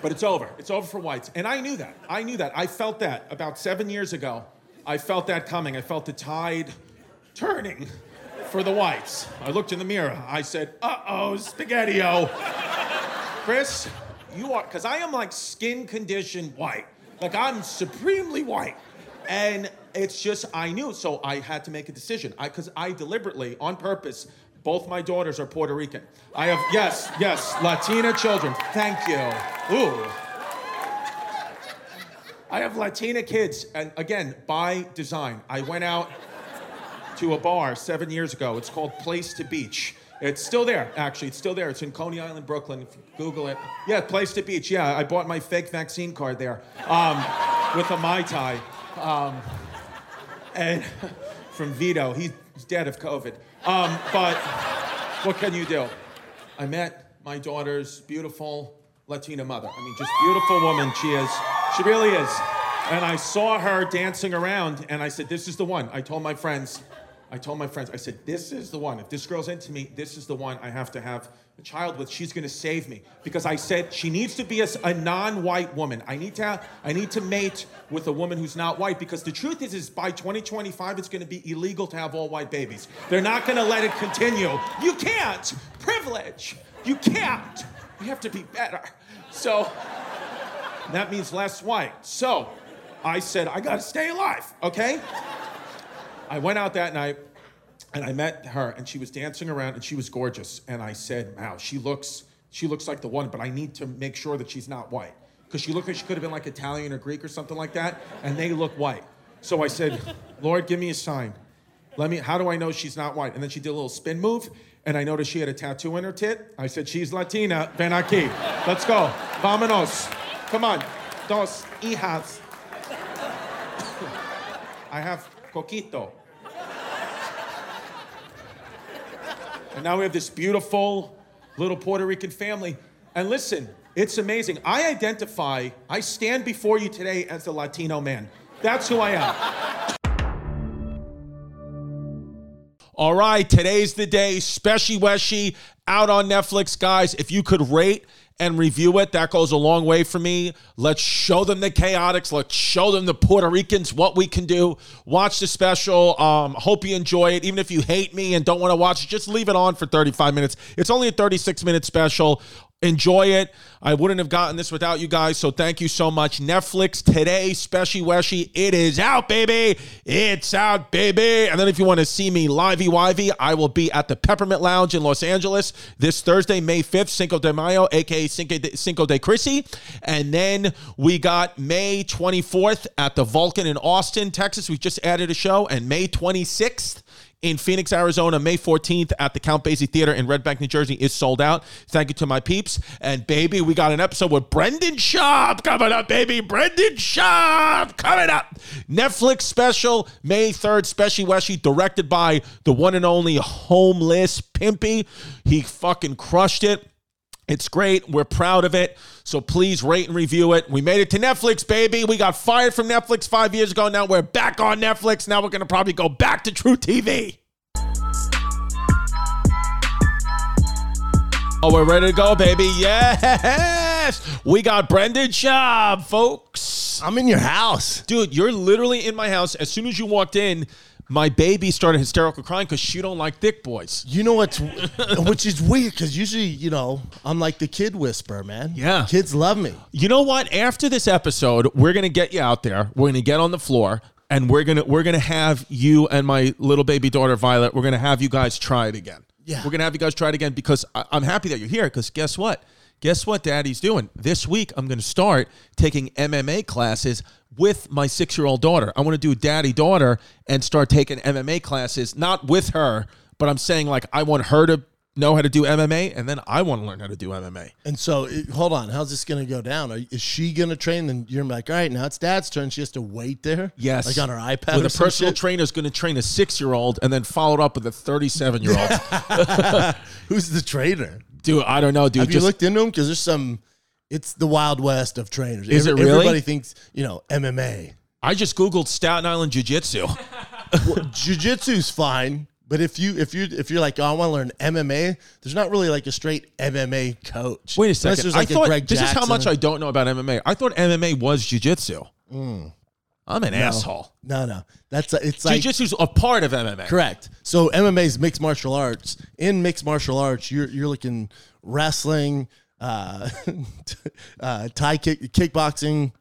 But it's over. It's over for whites. And I knew that. I knew that. I felt that about seven years ago. I felt that coming. I felt the tide turning for the whites. I looked in the mirror. I said, uh oh, spaghetti Chris, you are, because I am like skin conditioned white. Like I'm supremely white. And it's just, I knew. So I had to make a decision. I, because I deliberately, on purpose, both my daughters are Puerto Rican. I have, yes, yes, Latina children. Thank you. Ooh. I have Latina kids. And again, by design, I went out to a bar seven years ago. It's called Place to Beach. It's still there, actually. It's still there. It's in Coney Island, Brooklyn. If you Google it. Yeah, Place to Beach. Yeah, I bought my fake vaccine card there um, with a Mai Tai. Um, and from Vito. He's dead of COVID. Um, but what can you do? I met my daughter's beautiful Latina mother. I mean, just beautiful woman she is. She really is. And I saw her dancing around, and I said, "This is the one." I told my friends. I told my friends. I said, "This is the one. If this girl's into me, this is the one I have to have a child with. She's going to save me." Because I said she needs to be a, s- a non-white woman. I need to. Have, I need to mate with a woman who's not white. Because the truth is, is by 2025, it's going to be illegal to have all white babies. They're not going to let it continue. You can't privilege. You can't. We have to be better. So that means less white. So I said, I gotta stay alive, okay? I went out that night and I met her and she was dancing around and she was gorgeous. And I said, Wow, she looks she looks like the one, but I need to make sure that she's not white. Because she looked like she could have been like Italian or Greek or something like that, and they look white. So I said, Lord, give me a sign. Let me how do I know she's not white? And then she did a little spin move, and I noticed she had a tattoo in her tit. I said, She's Latina, ven aquí. Let's go. Vámonos. Come on. Dos hijas. I have coquito. And now we have this beautiful little Puerto Rican family. And listen, it's amazing. I identify, I stand before you today as the Latino man. That's who I am. All right, today's the day. Speshy Weshy out on Netflix, guys. If you could rate and review it, that goes a long way for me. Let's show them the chaotics. Let's show them the Puerto Ricans what we can do. Watch the special. Um, hope you enjoy it. Even if you hate me and don't want to watch it, just leave it on for 35 minutes. It's only a 36 minute special. Enjoy it. I wouldn't have gotten this without you guys. So thank you so much. Netflix today, Speshy Weshy. It is out, baby. It's out, baby. And then if you want to see me live EYV, I will be at the Peppermint Lounge in Los Angeles this Thursday, May 5th, Cinco de Mayo, aka Cinco de, Cinco de Chrissy. And then we got May 24th at the Vulcan in Austin, Texas. We just added a show. And May 26th in Phoenix, Arizona, May 14th at the Count Basie Theater in Red Bank, New Jersey is sold out. Thank you to my peeps. And baby, we got an episode with Brendan Schaub coming up, baby. Brendan Schaub coming up. Netflix special, May 3rd, Special Weshy, directed by the one and only homeless Pimpy. He fucking crushed it. It's great. We're proud of it. So please rate and review it. We made it to Netflix, baby. We got fired from Netflix five years ago. Now we're back on Netflix. Now we're going to probably go back to True TV. Oh, we're ready to go, baby. Yes. We got Brendan Schaub, folks. I'm in your house. Dude, you're literally in my house. As soon as you walked in, my baby started hysterical crying because she don't like thick boys. You know what's, which is weird because usually, you know, I'm like the kid whisperer, man. Yeah. Kids love me. You know what? After this episode, we're gonna get you out there. We're gonna get on the floor, and we're gonna we're gonna have you and my little baby daughter Violet. We're gonna have you guys try it again. Yeah. we're gonna have you guys try it again because I, I'm happy that you're here. Because guess what? Guess what? Daddy's doing this week. I'm gonna start taking MMA classes with my six year old daughter. I want to do daddy daughter and start taking MMA classes, not with her, but I'm saying like I want her to know how to do MMA, and then I want to learn how to do MMA. And so, it, hold on, how's this going to go down? Are, is she going to train? Then you're like, all right, now it's dad's turn. She has to wait there. Yes, like on her iPad. With or a some personal shit? trainer is going to train a six-year-old and then follow it up with a thirty-seven-year-old. Who's the trainer? dude, I don't know, dude. Have just, you looked into them? Because there's some. It's the wild west of trainers. Is it really? Everybody thinks you know MMA. I just googled Staten Island Jiu-Jitsu. well, jujitsu's fine, but if you if you if you're like, oh, I want to learn MMA, there's not really like a straight MMA coach. Wait a Unless second. there's like I a thought Greg this is how Jackson. much I don't know about MMA. I thought MMA was jiu-jitsu. I'm an asshole. Mm. No, no, that's it's like Jiu-jitsu's a part of MMA. Correct. So MMA is mixed martial arts. In mixed martial arts, you're you're looking wrestling, uh, uh, Thai kick, kickboxing,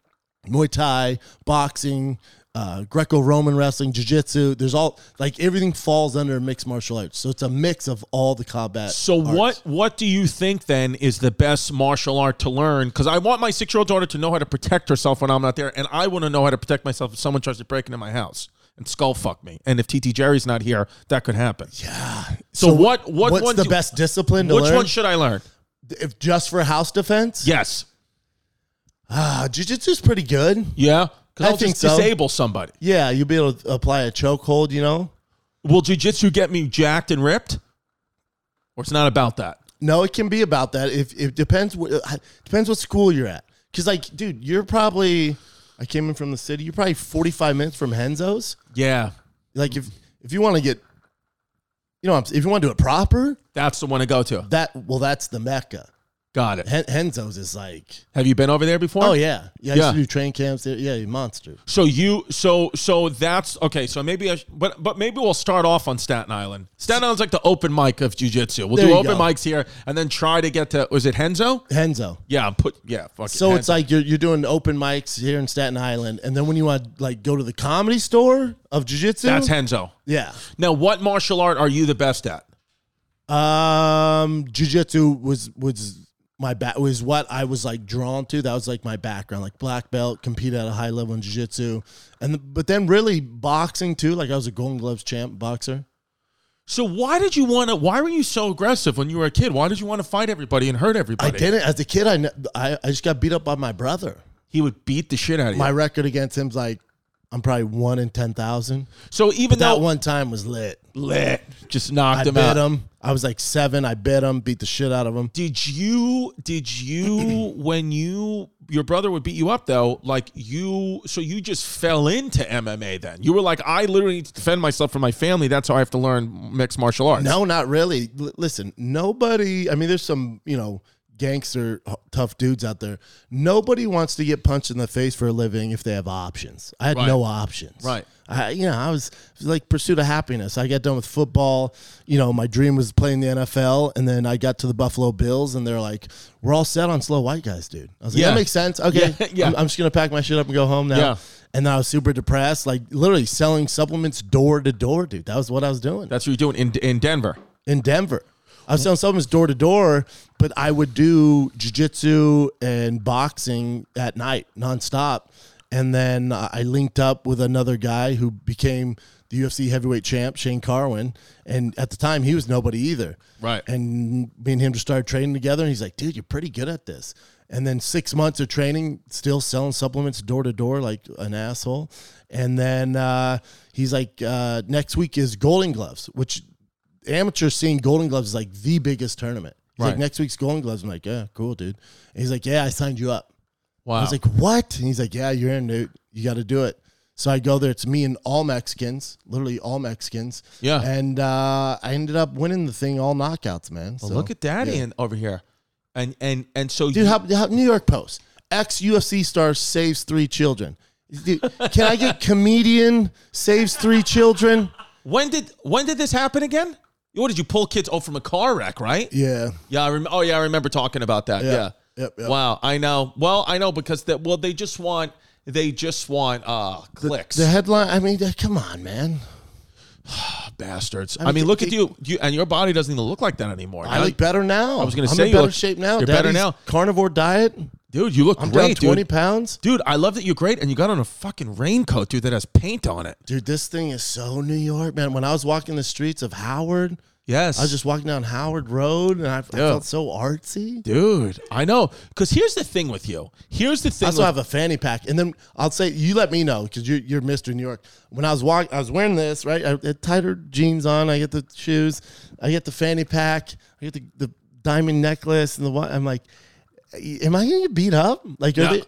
Muay Thai, boxing, uh, Greco-Roman wrestling, jiu-jitsu. There's all like everything falls under mixed martial arts. So it's a mix of all the combat. So arts. what what do you think then is the best martial art to learn? Because I want my six year old daughter to know how to protect herself when I'm not there, and I want to know how to protect myself if someone tries to break into my house and skull fuck me. And if TT Jerry's not here, that could happen. Yeah. So, what what What's one the do- best discipline to Which learn? one should I learn? if just for house defense, Yes. uh, jiu-jitsu's pretty good. Yeah. Because I I'll think just so. disable somebody. Yeah, you'll be able to apply a chokehold. You know, Will jujitsu get me jacked and ripped? Or it's not about that. No, it can be about that. If it depends, what depends what school you're at. Because like, dude, you're probably I came in from the city. You're probably 45 minutes from Henzo's. Yeah. Like if if you want to get, you know, if you want to do it proper, That's the one to go to. that well, that's the mecca. Got it. Hen- Henzo's is like, Have you been over there before? oh yeah, yeah. I used Yeah. to do train camps. There. Yeah, you monster. So you so so that's okay. So maybe I sh- but but maybe we'll start off on Staten Island. Staten Island's like the open mic of jujitsu. We'll There do you open go. mics here and then try to get to was it Henzo? Henzo. Yeah, I'm put yeah. Fuck it, So it's Henzo. like you're, you're doing open mics here in Staten Island, and then when you want to like go to the comedy store of jujitsu, that's Henzo. yeah. Now, what martial art are you the best at? Um, jujitsu was was my back was what I was like drawn to. That was like my background, like black belt, compete at a high level in jujitsu, and the, but then really boxing too. Like I was a Golden Gloves champ boxer. So why did you want to? Why were you so aggressive when you were a kid? Why did you want to fight everybody and hurt I everybody? didn't as a kid. I, kn- I I just got beat up by my brother. He would beat the shit out of you. My record against him's like I'm probably one in ten thousand. so even That though one time was lit. lit just knocked I him bit out. him. I was like seven. I bit him. Beat the shit out of him. Did you did you when you your brother would beat you up though like you so you just fell into MMA then you were like I literally need to defend myself from my family that's how I have to learn mixed martial arts No, not really. L- listen, nobody. I mean, there's some you know gangster h- tough dudes out there. Nobody wants to get punched in the face for a living if they have options. I had Right. no options. Right. I, you know, I was it was like pursuit of happiness. I got done with football. You know, my dream was playing the NFL, and then I got to the Buffalo Bills, and they're like, "We're all set on slow white guys, dude." I was like, Yeah. "That makes sense." Okay, Yeah, yeah. I'm, I'm just gonna pack my shit up and go home now. Yeah. And then I was super depressed, like literally selling supplements door to door, dude. That was what I was doing that's what you're doing in in Denver in Denver. I was selling supplements door to door, but I would do jujitsu and boxing at night nonstop. And then uh, I linked up with another guy who became the UFC heavyweight champ, Shane Carwin. And at the time, he was nobody either. Right. And me and him just started training together. And he's like, dude, you're pretty good at this. And then six months of training, still selling supplements door to door like an asshole. And then uh, he's like, uh, next week is Golden Gloves, which amateur seeing Golden Gloves is like the biggest tournament. He's Right. like, next week's Golden Gloves. I'm like, yeah, cool, dude. And he's like, yeah, I signed you up. wow I was like, what? And he's like, yeah, you're in, dude. You got to do it. So I go there. It's me and all Mexicans, literally all Mexicans. Yeah. And uh, I ended up winning the thing all knockouts, man. Well, So- look at daddy yeah. and over here and and and so Dude, you, how, how, New York Post. Ex UFC star saves three children. Dude, can I get comedian saves three children? when did when did this happen again what did you pull kids oh from a car wreck right Yeah. Yeah, I rem- oh yeah, I remember talking about that. Yeah. Yeah. Yep, yep. Wow, I know. Well, I know because that well they just want they just want uh clicks. The headline, I mean, come on, man. bastards. I mean, mean, look they- at you. You and your body doesn't even look like that anymore. I Now- look better now. I was gonna I'm say in you better look- shape now. you're better Daddy's now. Carnivore diet. dude, you look I'm great, down 20 dude. pounds. Dude, I love that you're great and you got on a fucking raincoat, dude, that has paint on it. Dude, this thing is so New York, man. When I was walking the streets of Howard, Yes. I was just walking down Howard Road, and I, I felt so artsy. Dude, I know. Because here's the thing with you. Here's the I thing. also with- have a fanny pack, and then I'll say you let me know because you're, you're Mr. New York. When I was walk, I was wearing this right. I had tighter jeans on. I get the shoes. I get the fanny pack. I get the, the diamond necklace and the what. I'm like, am I gonna get beat up? Like, are No. they-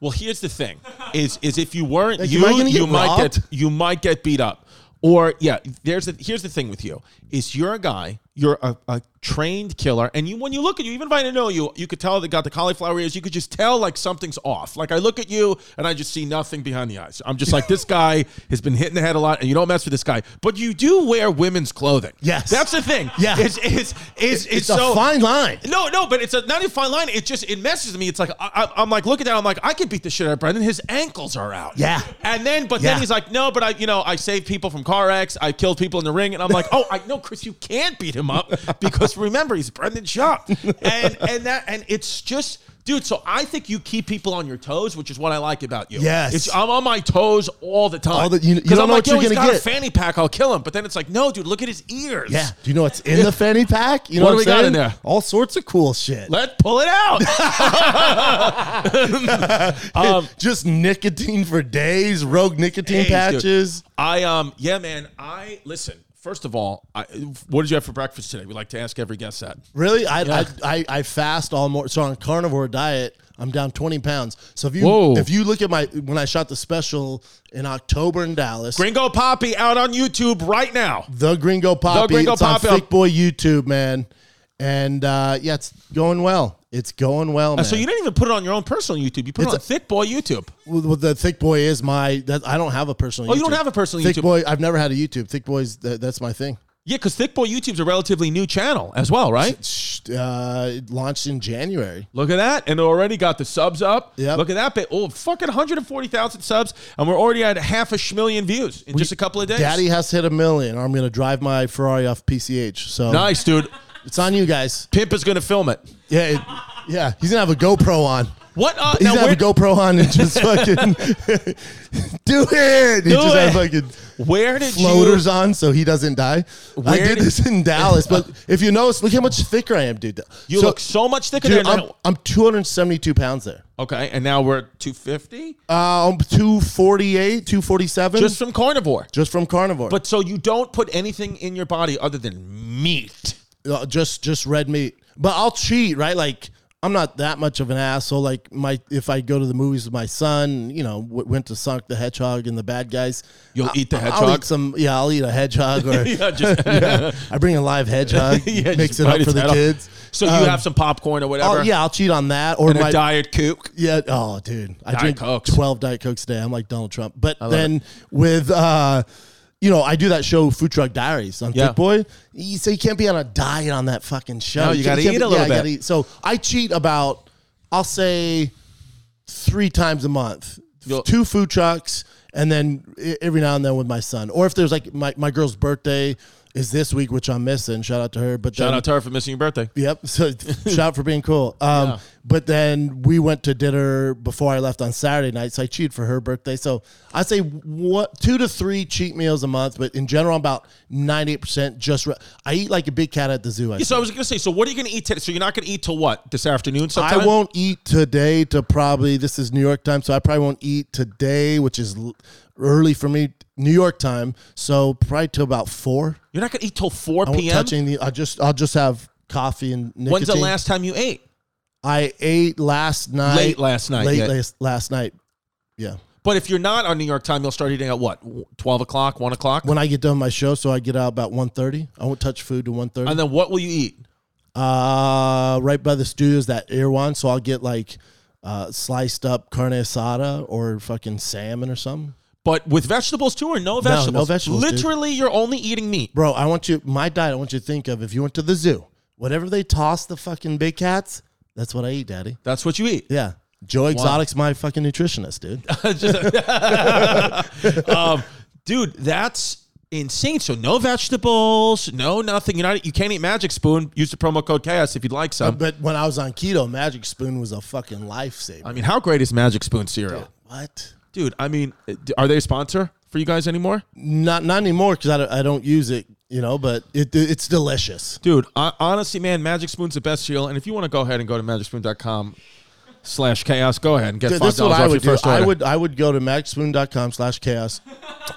Well, here's the thing: is is if you weren't Like, you, am I gonna get you might robbed? get you might get beat up. Or yeah, there's the, here's the thing with you: is you're a guy, you're a, a trained killer, and you when you look at you, even if I didn't know you, you could tell they got the cauliflower ears. You could just tell like something's off. Like I look at you and I just see nothing behind the eyes. I'm just like this guy has been hitting the head a lot, and you don't mess with this guy. But you do wear women's clothing. Yes. that's the thing. Yeah. it's it's it's, it's, it's so a fine line. no, no, but it's a, not a fine line. It just it messes me. It's like I, I, I'm like look at that. I'm like I could beat the shit out of Brendan. His ankles are out. Yeah. And then, but Yeah. then he's like, no, but I, you know, I saved people from car wrecks. I killed people in the ring, and I'm like, oh, I no, Chris, you can't beat him up because remember he's Brendan Schaub, and and that and it's just. Dude, so I think you keep people on your toes, which is what I like about you. Yes. it's, I'm on my toes all the time. All the- you- you 'Cause don't I'm know like, what you're yo, he's gonna got a get. fanny pack. I'll kill him. But then it's like, no, dude, look at his ears. Yeah. Do you know what's in the fanny pack? You know What what, do we I'm got in saying? there? All sorts of cool shit. Let's pull it out. um, Just nicotine for days, rogue nicotine Hey, dude. patches. I um yeah, man. I listen. First of all, I, what did you have for breakfast today? We like to ask every guest that. Really? I, Yeah. I, I I fast all more. So on a carnivore diet, I'm down 20 pounds. So if you Whoa. if you look at my when I shot the special in October in Dallas, Gringo Poppy out on YouTube right now. the Gringo Poppy, Gringo it's Poppy. on Thick Boy YouTube, man. And uh, yeah, it's going well. It's going well, man. Uh, So you didn't even put it on your own personal YouTube. You put It's it on a- Thick Boy YouTube. Well, well, the Thick Boy is my. That, I don't have a personal. Oh, YouTube. you don't have a personal Thick YouTube. Boy. I've never had a YouTube. Thick Boy's. That, that's my thing. Yeah, because Thick Boy YouTube's a relatively new channel as well, right? Sh- Uh, it launched in January. Look at that. And already got the subs up. Yep. Look at that. Ba- oh, fucking 140,000 subs. And we're already at half a schmillion views in just a couple of days. Daddy has hit a million. I'm gonna drive my Ferrari off PCH. So Nice, dude. it's on you guys. Pimp is going to film it. Yeah, it, yeah. He's gonna have a GoPro on. What? Uh, He's now gonna where- have a GoPro on and just fucking do it. He Do just has it. fucking Where did floaters on so he doesn't die. I Where did did- this in Dallas, but if you notice, look how much thicker I am, dude. You, you look so much thicker dude, than I'm, I'm 272 pounds there. Okay, and now we're at 250 Uh, I'm 248, 247, just just, from carnivore. from carnivore. But so you don't put anything in your body other than meat. uh, just just red meat. But I'll cheat, right? Like I'm not that much of an asshole. Like my if I go to the movies with my son, you know, w- went to Sonic the Hedgehog and the bad guys. You'll eat the I'll hedgehog? eat some. Yeah, I'll eat a hedgehog or Yeah, just, I bring a live hedgehog, yeah, mix just it up bite for its the head off. kids. So you Um, have some popcorn or whatever. I'll, yeah, I'll cheat on that or and my a diet cook. yeah. Oh, dude, I Diet drink Cokes. twelve diet cokes a day. I'm like Donald Trump. But then with uh, you know, I do that show Food Truck Diaries on Yeah. Thick Boy. You, so you can't be on a diet on that fucking show. No, you can't- gotta can't eat be- a little yeah, I bit. gotta eat. So I cheat about, I'll say, three times a month, You'll- two food trucks, and then e- every now and then with my son. Or if there's like my my girl's birthday is this week, which I'm missing. Shout out to her. But Shout then, out to her for missing your birthday. Yep. So shout out for being cool. Um, But then we went to dinner before I left on Saturday night, so I cheated for her birthday. So I say what two to three cheat meals a month, but in general, I'm about ninety eight percent. Just re- I eat like a big cat at the zoo. I, So I was gonna say, so what are you gonna eat today? So you're not gonna eat till what this afternoon? I Sometime? won't eat today. To probably this is New York time, so I probably won't eat today, which is l- early for me. New York time, so probably till about four. You're not gonna eat till 4 I won't p.m. touch anything. I just I'll just have coffee and nicotine. When's the last time you ate? I ate last night. Late last night, Late yeah. last, last night. Yeah. But if you're not on New York time, you'll start eating at what? 12 o'clock, 1 o'clock? When I get done my show, so I get out about 1.30. I won't touch food to 1.30. And then what will you eat? uh, right by the studios, that Irwan. So I'll get like uh, sliced up carne asada or fucking salmon or something. But with vegetables too, or no vegetables? vegetables, dude. Literally, you're only eating meat. Bro, I want you, my diet, I want you to think of if you went to the zoo, whatever they toss the fucking big cats, that's what I eat, daddy. That's what you eat. Yeah. Joe Exotic's my fucking nutritionist, dude. Um, dude, that's insane. So no vegetables, no nothing. You're not, you can't eat Magic Spoon. Use the promo code Chaos if you'd like some. but when I was on keto, Magic Spoon was a fucking lifesaver. I mean, how great is Magic Spoon cereal? what? Dude, I mean, uh, d- are they a sponsor for you guys anymore? Not not anymore because I don't, I don't use it you know, but it it's delicious. Dude, I, honestly, man, Magic Spoon's the best cereal. And if you want to go ahead and go to magicspoon.com slash chaos, go ahead and get Th- $5 This is what off I your would do. first I order. would I would go to maxspoon.com slash chaos.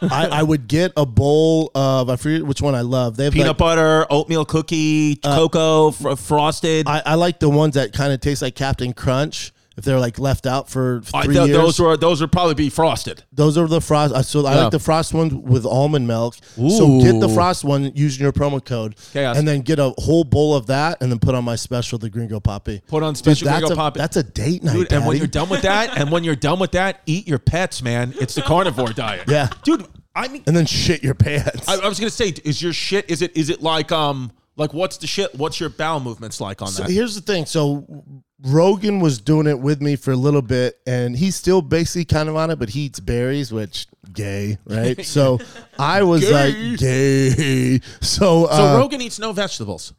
I, I would get a bowl of I forget which one I love. They have Peanut like- uh, butter, oatmeal cookie, cocoa, fr- frosted. I, I like the ones that kind of taste like Captain Crunch. If they're like left out for I three thought years, Those were those would probably be frosted. Those are the frost. uh, So I Yeah. like the frost ones with almond milk. So get the Ooh. frost one using your promo code, Chaos. and then get a whole bowl of that, and then put on my special, the Gringo Poppy. Put on special that's Gringo a, Poppy. That's a date night, Dude, and when Daddy. you're done with that, and when you're done with that, eat your pets, man. It's the carnivore diet. Yeah. Dude, I mean and then shit your pants. I, I was gonna say, is your shit is it is it like um like what's the shit? What's your bowel movements like on So that? here's the thing. So Rogan was doing it with me for a little bit, and he's still basically kind of on it, but he eats berries, which gay, right? So I was like gay. So So, uh, Rogan eats no vegetables.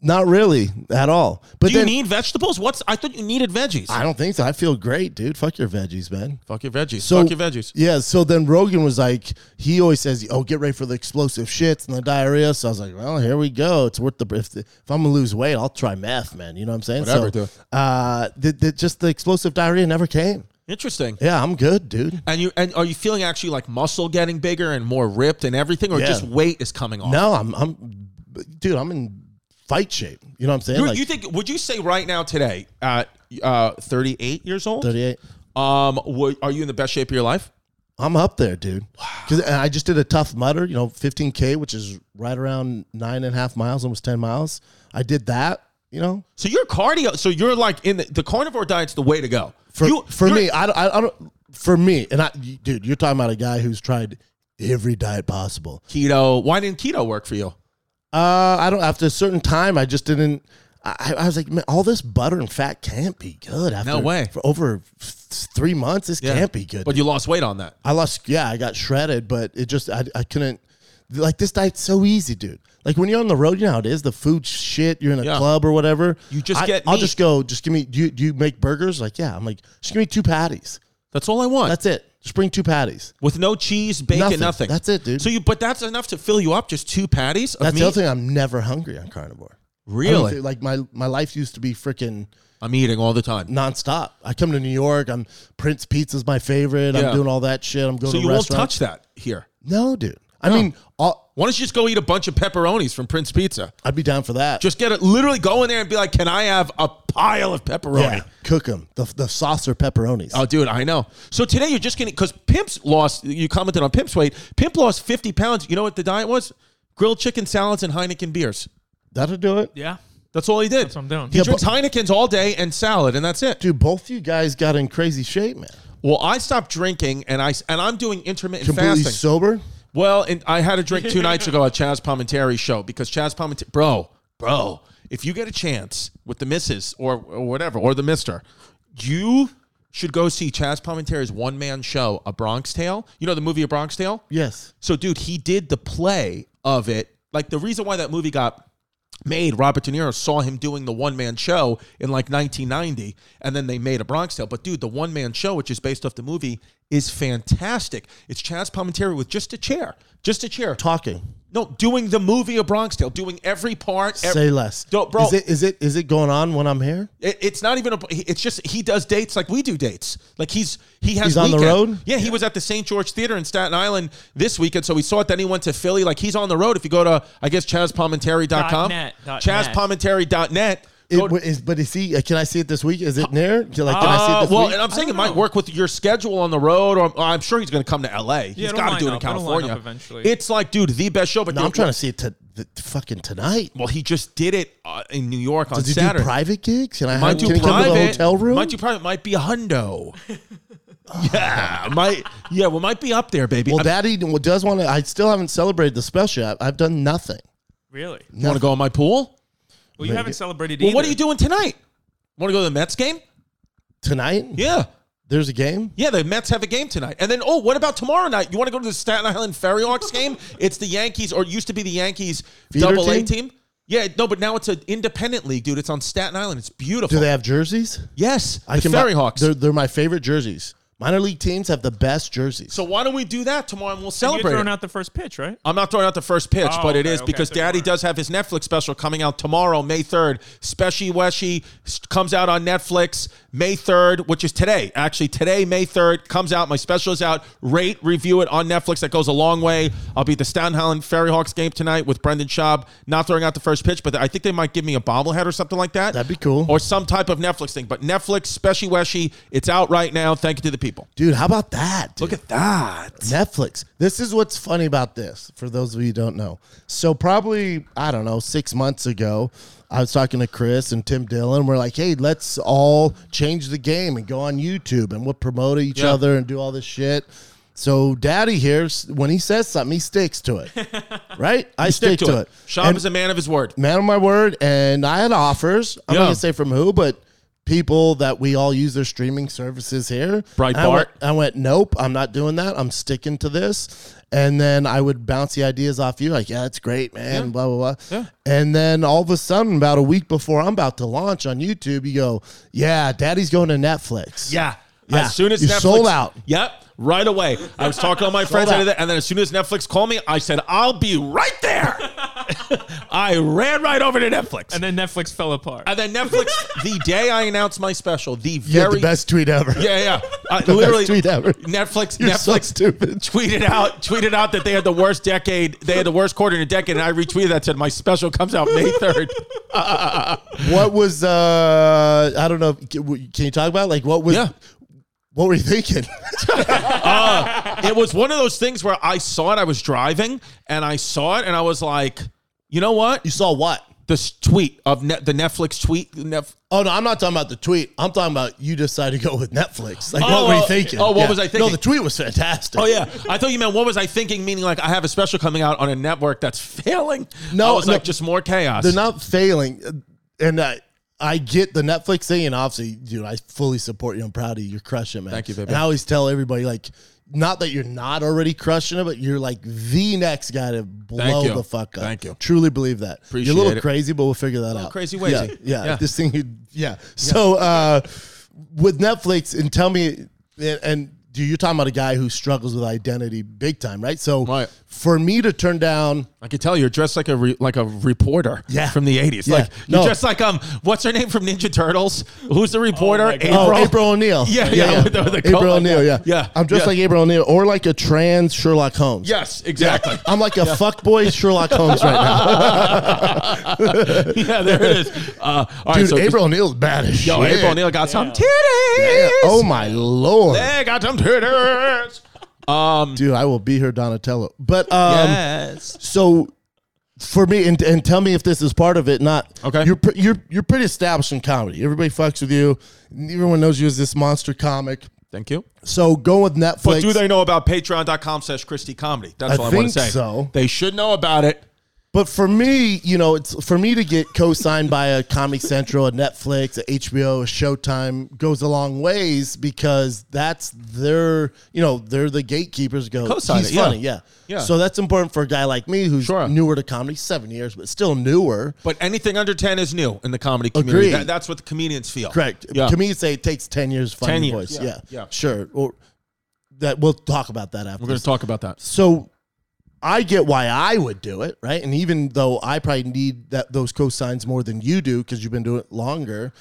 not really at all. But Do you then need vegetables? What's I thought you needed veggies. I don't think so. I feel great, dude. Fuck your veggies, man. Fuck your veggies. So- Fuck your veggies. Yeah, so then Rogan was like, he always says, "Oh, get ready for the explosive shits and the diarrhea." So I was like, "Well, here we go. It's worth the if, the, if I'm gonna lose weight, I'll try meth, man. You know what I'm saying?" Whatever, so, dude. Uh, the, the, just the explosive diarrhea never came. Interesting. Yeah, I'm good, dude. And you and are you feeling actually like muscle getting bigger and more ripped and everything, or Yeah. just weight is coming off? No, I'm, I'm, dude, I'm in fight shape. You know what I'm saying? You, like you think? Would you say right now today, at uh, 38 years old, 38. um, would, are you in the best shape of your life? I'm up there, dude. Because I just did a tough mutter, you know, 15k, which is right around nine and a half miles, almost 10 miles. I did that, you know. So your cardio, so you're like in the, the carnivore diet's the way to go. For You- for you're- me, I, don't- I, I don't. For me, and I, dude, you're talking about a guy who's tried every diet possible. keto. Why didn't keto work for you? Uh, I don't. After a certain time, I just didn't. I, I was like, man, all this butter and fat can't be good. After No way. For over f- three months, this Yeah. can't be good. But you lost weight on that. I lost, yeah, I got shredded, but it just, I, I couldn't, like, this diet's so easy, dude. Like, when you're on the road, you know how it is the food shit, you're in a Yeah. club or whatever. You just I, get I'll meat. just go, just give me, do you, do you make burgers? Like, yeah. I'm like, just give me two patties. That's all I want. That's it. Just bring two patties. with no cheese, bacon, nothing. Nothing. That's it, dude. So you, but that's enough to fill you up. Just two patties of That's meat. the other thing. I'm never hungry on carnivore. I don't Really, think- like, my, my life used to be freaking I'm eating all the time. nonstop. I come to New York. I'm Prince Pizza's my favorite. Yeah. I'm doing all that shit. I'm going So to you won't restaurants. touch that here. No, dude. I mean, all, Why don't you just go eat a bunch of pepperonis from Prince Pizza? I'd be down for that. Just get it. Literally go in there and be like, "Can I have a pile of pepperoni?" Yeah, cook them. The, the saucer pepperonis. Oh, dude, I know. So today you're just getting because Pimp's lost. You commented on Pimp's weight. Pimp lost 50 pounds. You know what the diet was? Grilled chicken salads and Heineken beers. That'll do it. Yeah. That's all he did. That's what I'm doing. He Yeah, drinks Heinekens all day and salad, and that's it. Dude, both you guys got in crazy shape, man. Well, I stopped drinking, and I and I'm doing intermittent Completely fasting. sober. Well, and I had a drink two nights ago at Chaz Palminteri's show because Chaz Palminteri, bro, bro, if you get a chance with the missus or, or whatever, or the mister, you should go see Chaz Palminteri's one man show, A Bronx Tale. You know the movie A Bronx Tale? Yes. So, dude, he did the play of it. Like the reason why that movie got made, Robert De Niro saw him doing the one man show in like 1990, and then they made a Bronx Tale. But dude, the one man show, which is based off the movie, is fantastic. It's Chaz Palminteri with just a chair, just a chair. Talking. No, doing the movie A Bronx Tale, doing every part. ev- Say less. No, bro. Is it, is it is it going on when I'm here? It- it's not even a. It's just he does dates like we do dates. Like he's he has. He's on the weekend- road? Yeah, he was at the St. George Theater in Staten Island this weekend, so we saw it. Then he went to Philly. Like he's on the road. If you go to, I guess ChazPalmentary.com, Dot net, dot net. ChazPalmentary.net. It, Go w- is, but is he? uh, Can I see it this week? Is it near? Can, like, can I see it Uh, this well, week? and I'm saying it don't might know. work with your schedule on the road, or or I'm sure he's going to come to LA. he's it'll got to line do it in up. It'll line California up eventually. It's like, dude, the best show. But no, dude, I'm trying to see it to, the, fucking tonight. Well, he just did it uh, in New York on Does he Saturday. do private gigs? Can I Might have, do can he come to private. the hotel room? Might do private. Might be a hundo. yeah, might. Yeah, well, might be up there, baby. well, I Daddy w- does want to. I still haven't celebrated the special. I, I've done nothing. Really? want to go on my pool. Well, you haven't celebrated Well, either. what are you doing tonight? Want to go to the Mets game? Tonight, Yeah, there's a game. yeah. The Mets have a game tonight, and then oh, what about tomorrow night? You want to go to the Staten Island Ferry Hawks game? It's the Yankees, or it used to be the Yankees Feeder Double A team? team. Yeah, no, but now it's an independent league, dude. It's on Staten Island. It's beautiful. Do they have jerseys? yes, I the can buy- Ferry Hawks. They're, they're my favorite jerseys. Minor league teams have the best jerseys. So why don't we do that tomorrow and we'll You're celebrate? throwing it. out the first pitch, right? I'm not throwing out the first pitch, Oh, but it okay, is okay, because I thought you Daddy were. does have his Netflix special coming out tomorrow, May 3rd. Speci Weshi s- comes out on Netflix May 3rd, which is today. Actually, today, May 3rd, comes out. My special is out. Rate, review it on Netflix. That goes a long way. I'll be at the Staten Island Ferry Hawks game tonight with Brendan Schaub. Not throwing out the first pitch, but I think they might give me a bobblehead or something like that. That'd be cool. Or some type of Netflix thing. But Netflix, Speci Weshi, it's out right now. Thank you to the people. dude, how about that? dude? Look at that. Netflix. This is what's funny about this, for those of you who don't know. So, probably, I don't know, six months ago, I was talking to Chris and Tim Dillon. We're like, hey, let's all change the game and go on YouTube and we'll promote each Yeah. other and do all this shit. So, daddy here, s- when he says something, he sticks to it, right? I stick, to it. Schaub And- is a man of his word. man of my word, and I had offers. I'm Yeah. not gonna say from who, but people that we all use their streaming services here. Breitbart. I went, I went, nope, I'm not doing that. I'm sticking to this. And then I would bounce the ideas off you, like, yeah, that's great, man. Blah blah blah. Yeah. And then all of a sudden, about a week before I'm about to launch on YouTube, you go, yeah, Daddy's going to Netflix. Yeah. Yeah. As soon as You Netflix sold out. Yep. Right away. I was talking to all my friends out. and and then as soon as Netflix called me, I said, I'll be right there. I ran right over to Netflix. And And then Netflix fell apart. then, Netflix, the day I announced my special, the You had very the best tweet ever. Yeah, yeah. I literally tweet ever. Netflix You're so Netflix stupid. tweeted out tweeted out that they had the worst decade, they had the worst quarter in a decade, and I retweeted that said my special comes out May third. What was uh I don't know can you talk about it? like what was Yeah. what were you thinking? it was one of those things where I saw it, I was driving, and I saw it and I was like, you know what? you saw what? this tweet of net the Netflix tweet. Nef- Oh no, I'm not talking about the tweet. I'm talking about you decided to go with Netflix. Like Oh, what were you oh, thinking? oh, what was I thinking? No, the tweet was fantastic. oh yeah, I thought you meant what was I thinking? Meaning like I have a special coming out on a network that's failing. No, I was no. like just more chaos. They're not failing. And I I get the Netflix thing and obviously, dude, I fully support you. I'm proud of you. You're crushing it, man. Thank you, baby. And I always tell everybody like not that you're not already crushing it, but you're like the next guy to blow you. the fuck up. Thank you. Truly believe that. you're Appreciate a little it. crazy, but we'll figure that out. crazy Yeah, wazy. yeah. Yeah. This thing, yeah. So uh, with Netflix, and tell me, and, and do you're talking about a guy who struggles with identity big time, right? So Right. for me to turn down I could tell you're dressed like a re- like a reporter Yeah. from the '80s. Yeah. Like No. you're dressed like um, what's her name from Ninja Turtles? Who's the reporter? my God. April. Oh, April O'Neil. Yeah, yeah, with the- with the coat April like O'Neil. that. Yeah, Yeah, I'm just yeah. like April O'Neil, or like a trans Sherlock Holmes. Yes, exactly. I'm like a fuckboy Sherlock Holmes right now, yeah, there it is. Uh, all right, dude. so April O'Neil's bad as Yo, shit. April O'Neil got some titties. Yeah. Oh my lord, They got some titties. dude! I will be her Donatello. But um, yes. so for me and, and tell me if this is part of it not Okay. you're pre- you're you're pretty established in comedy everybody fucks with you everyone knows you as this monster comic Thank you. so go with netflix But do they know about patreon.com slash Christie Comedy? That's I all I want think to say. so. They should know about it. But for me, you know, it's for me to get co-signed by a Comedy Central, a Netflix, a HBO, a Showtime goes a long ways because that's their, you know, they're the gatekeepers. Go, Co-sign he's it, yeah. funny, yeah. Yeah. So that's important for a guy like me who's Sure. newer to comedy, seven years, but still newer. But anything under 10 is new in the comedy community. Agreed. That- that's what the comedians feel. Correct. Yeah. To me, say it takes ten years to find 10 your years. voice. Yeah. Yeah. Yeah. Sure. Or that we'll talk about that after. We're going to talk about that. so I get why I would do it, right? And even though I probably need that those cosigns more than you do because you've been doing it longer,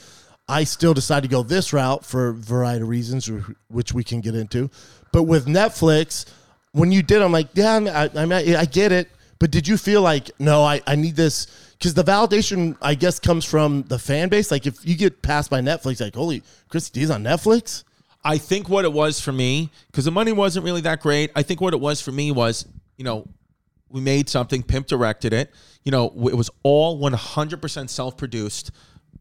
I still decide to go this route for a variety of reasons, wh- which we can get into. But with Netflix, when you did, I'm like, yeah, I'm- I, I'm- I, I get it. But did you feel like, no, I, I need this? Because the validation, I guess, comes from the fan base. Like, if you get passed by Netflix, like, holy, Christy D's on Netflix? I think what it was for me, because the money wasn't really that great. I think what it was for me was, you know, we made something, Pimp directed it. You know, w- it was all 100% self produced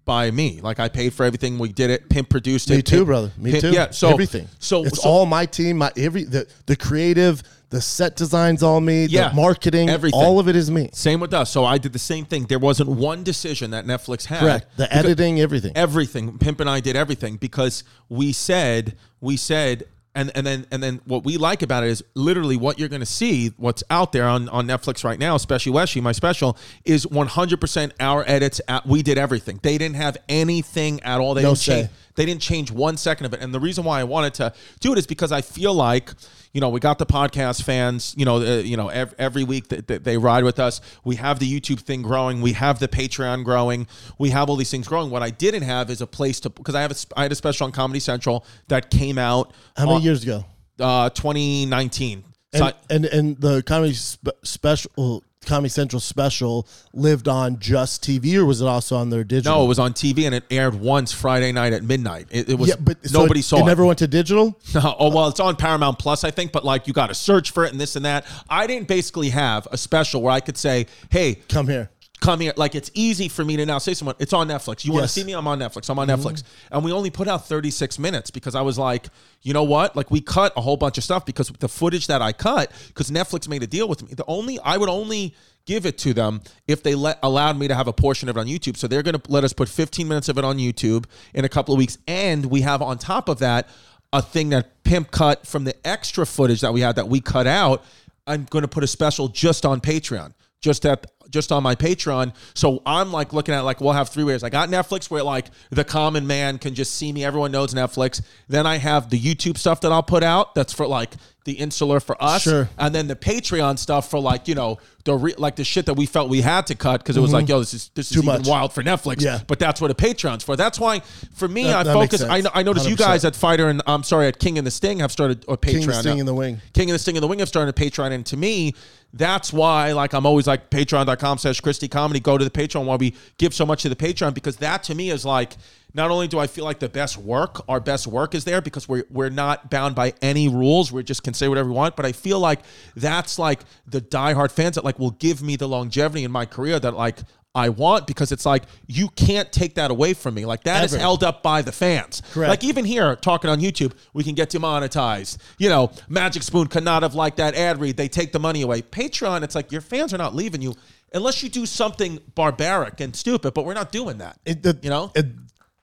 by me. Like I paid for everything. We did it. Pimp produced it. Me too, Pimp- brother. Me Pimp- too. Yeah. So everything. So it's so- all my team. My every the the creative, the set designs, all me. Yeah. the marketing, Everything. All of it is me. Same with us. So I did the same thing. There wasn't one decision that Netflix had. Correct. The Because- editing, everything. everything. Pimp and I did everything because we said we said And and then and then what we like about it is literally what you're going to see, what's out there on, on Netflix right now, especially Weshi, my special, is 100% our edits. At, we did everything. They didn't have anything at all. They No didn't say. change. They didn't change one second of it. And the reason why I wanted to do it is because I feel like, you know, we got the podcast fans, you know, uh, you know, ev- every week that, that they ride with us. We have the YouTube thing growing. We have the Patreon growing. We have all these things growing. What I didn't have is a place to, because I have a, sp- I had a special on Comedy Central that came out How many on- years ago? Uh, 2019. So And, and and the comedy spe- special, Comedy Central special, lived on just TV, or was it also on their digital? no, it was on TV and it aired once Friday night at midnight. It, it was yeah, but so nobody it, saw It it. never went to digital. No, oh well, it's on Paramount Plus, I think, but like you got to search for it and this and that. I didn't basically have a special where I could say, "Hey, Come here. come here." Like it's easy for me to now say to someone, "It's on Netflix. You want Yes. to see me? I'm on Netflix. I'm on Netflix." And we only put out 36 minutes because I was like, "You know what? Like we cut a whole bunch of stuff because the footage that I cut because Netflix made a deal with me. The only I would only give it to them if they let allowed me to have a portion of it on YouTube. So they're going to let us put 15 minutes of it on YouTube in a couple of weeks, and we have on top of that a thing that Pimp cut from the extra footage that we had that we cut out. I'm going to put a special just on Patreon, just at just on my Patreon. So I'm like looking at like we'll have three ways. I got Netflix where like the common man can just see me. Everyone knows Netflix. Then I have the YouTube stuff that I'll put out. That's for like the insular for us Sure. and then the Patreon stuff for like you know the re- like the shit that we felt we had to cut because it was like yo this is this is even Mm-hmm. much. wild for Netflix Yeah. but that's what a Patreon's for that's why for me That- I that makes focus I, sense. no- I noticed you guys 100%. at Fighter and I'm sorry at King and the Sting have started a Patreon the Sting now. and the Wing. King and the Sting and the Wing have started a Patreon and to me that's why like I'm always like patreon.com slash Christy Comedy go to the Patreon while we give so much to the Patreon because that to me is like not only do I feel like the best work, our best work is there because we're we're not bound by any rules. We just can say whatever we want. But I feel like that's like the diehard fans that like will give me the longevity in my career that like I want because it's like you can't take that away from me. Like that is Ever. held up by the fans. Correct. Like even here talking on YouTube, we can get demonetized. You know, Magic Spoon could not have liked that ad read. They take the money away. Patreon, it's like your fans are not leaving you unless you do something barbaric and stupid. But we're not doing that. It, the, you know. it-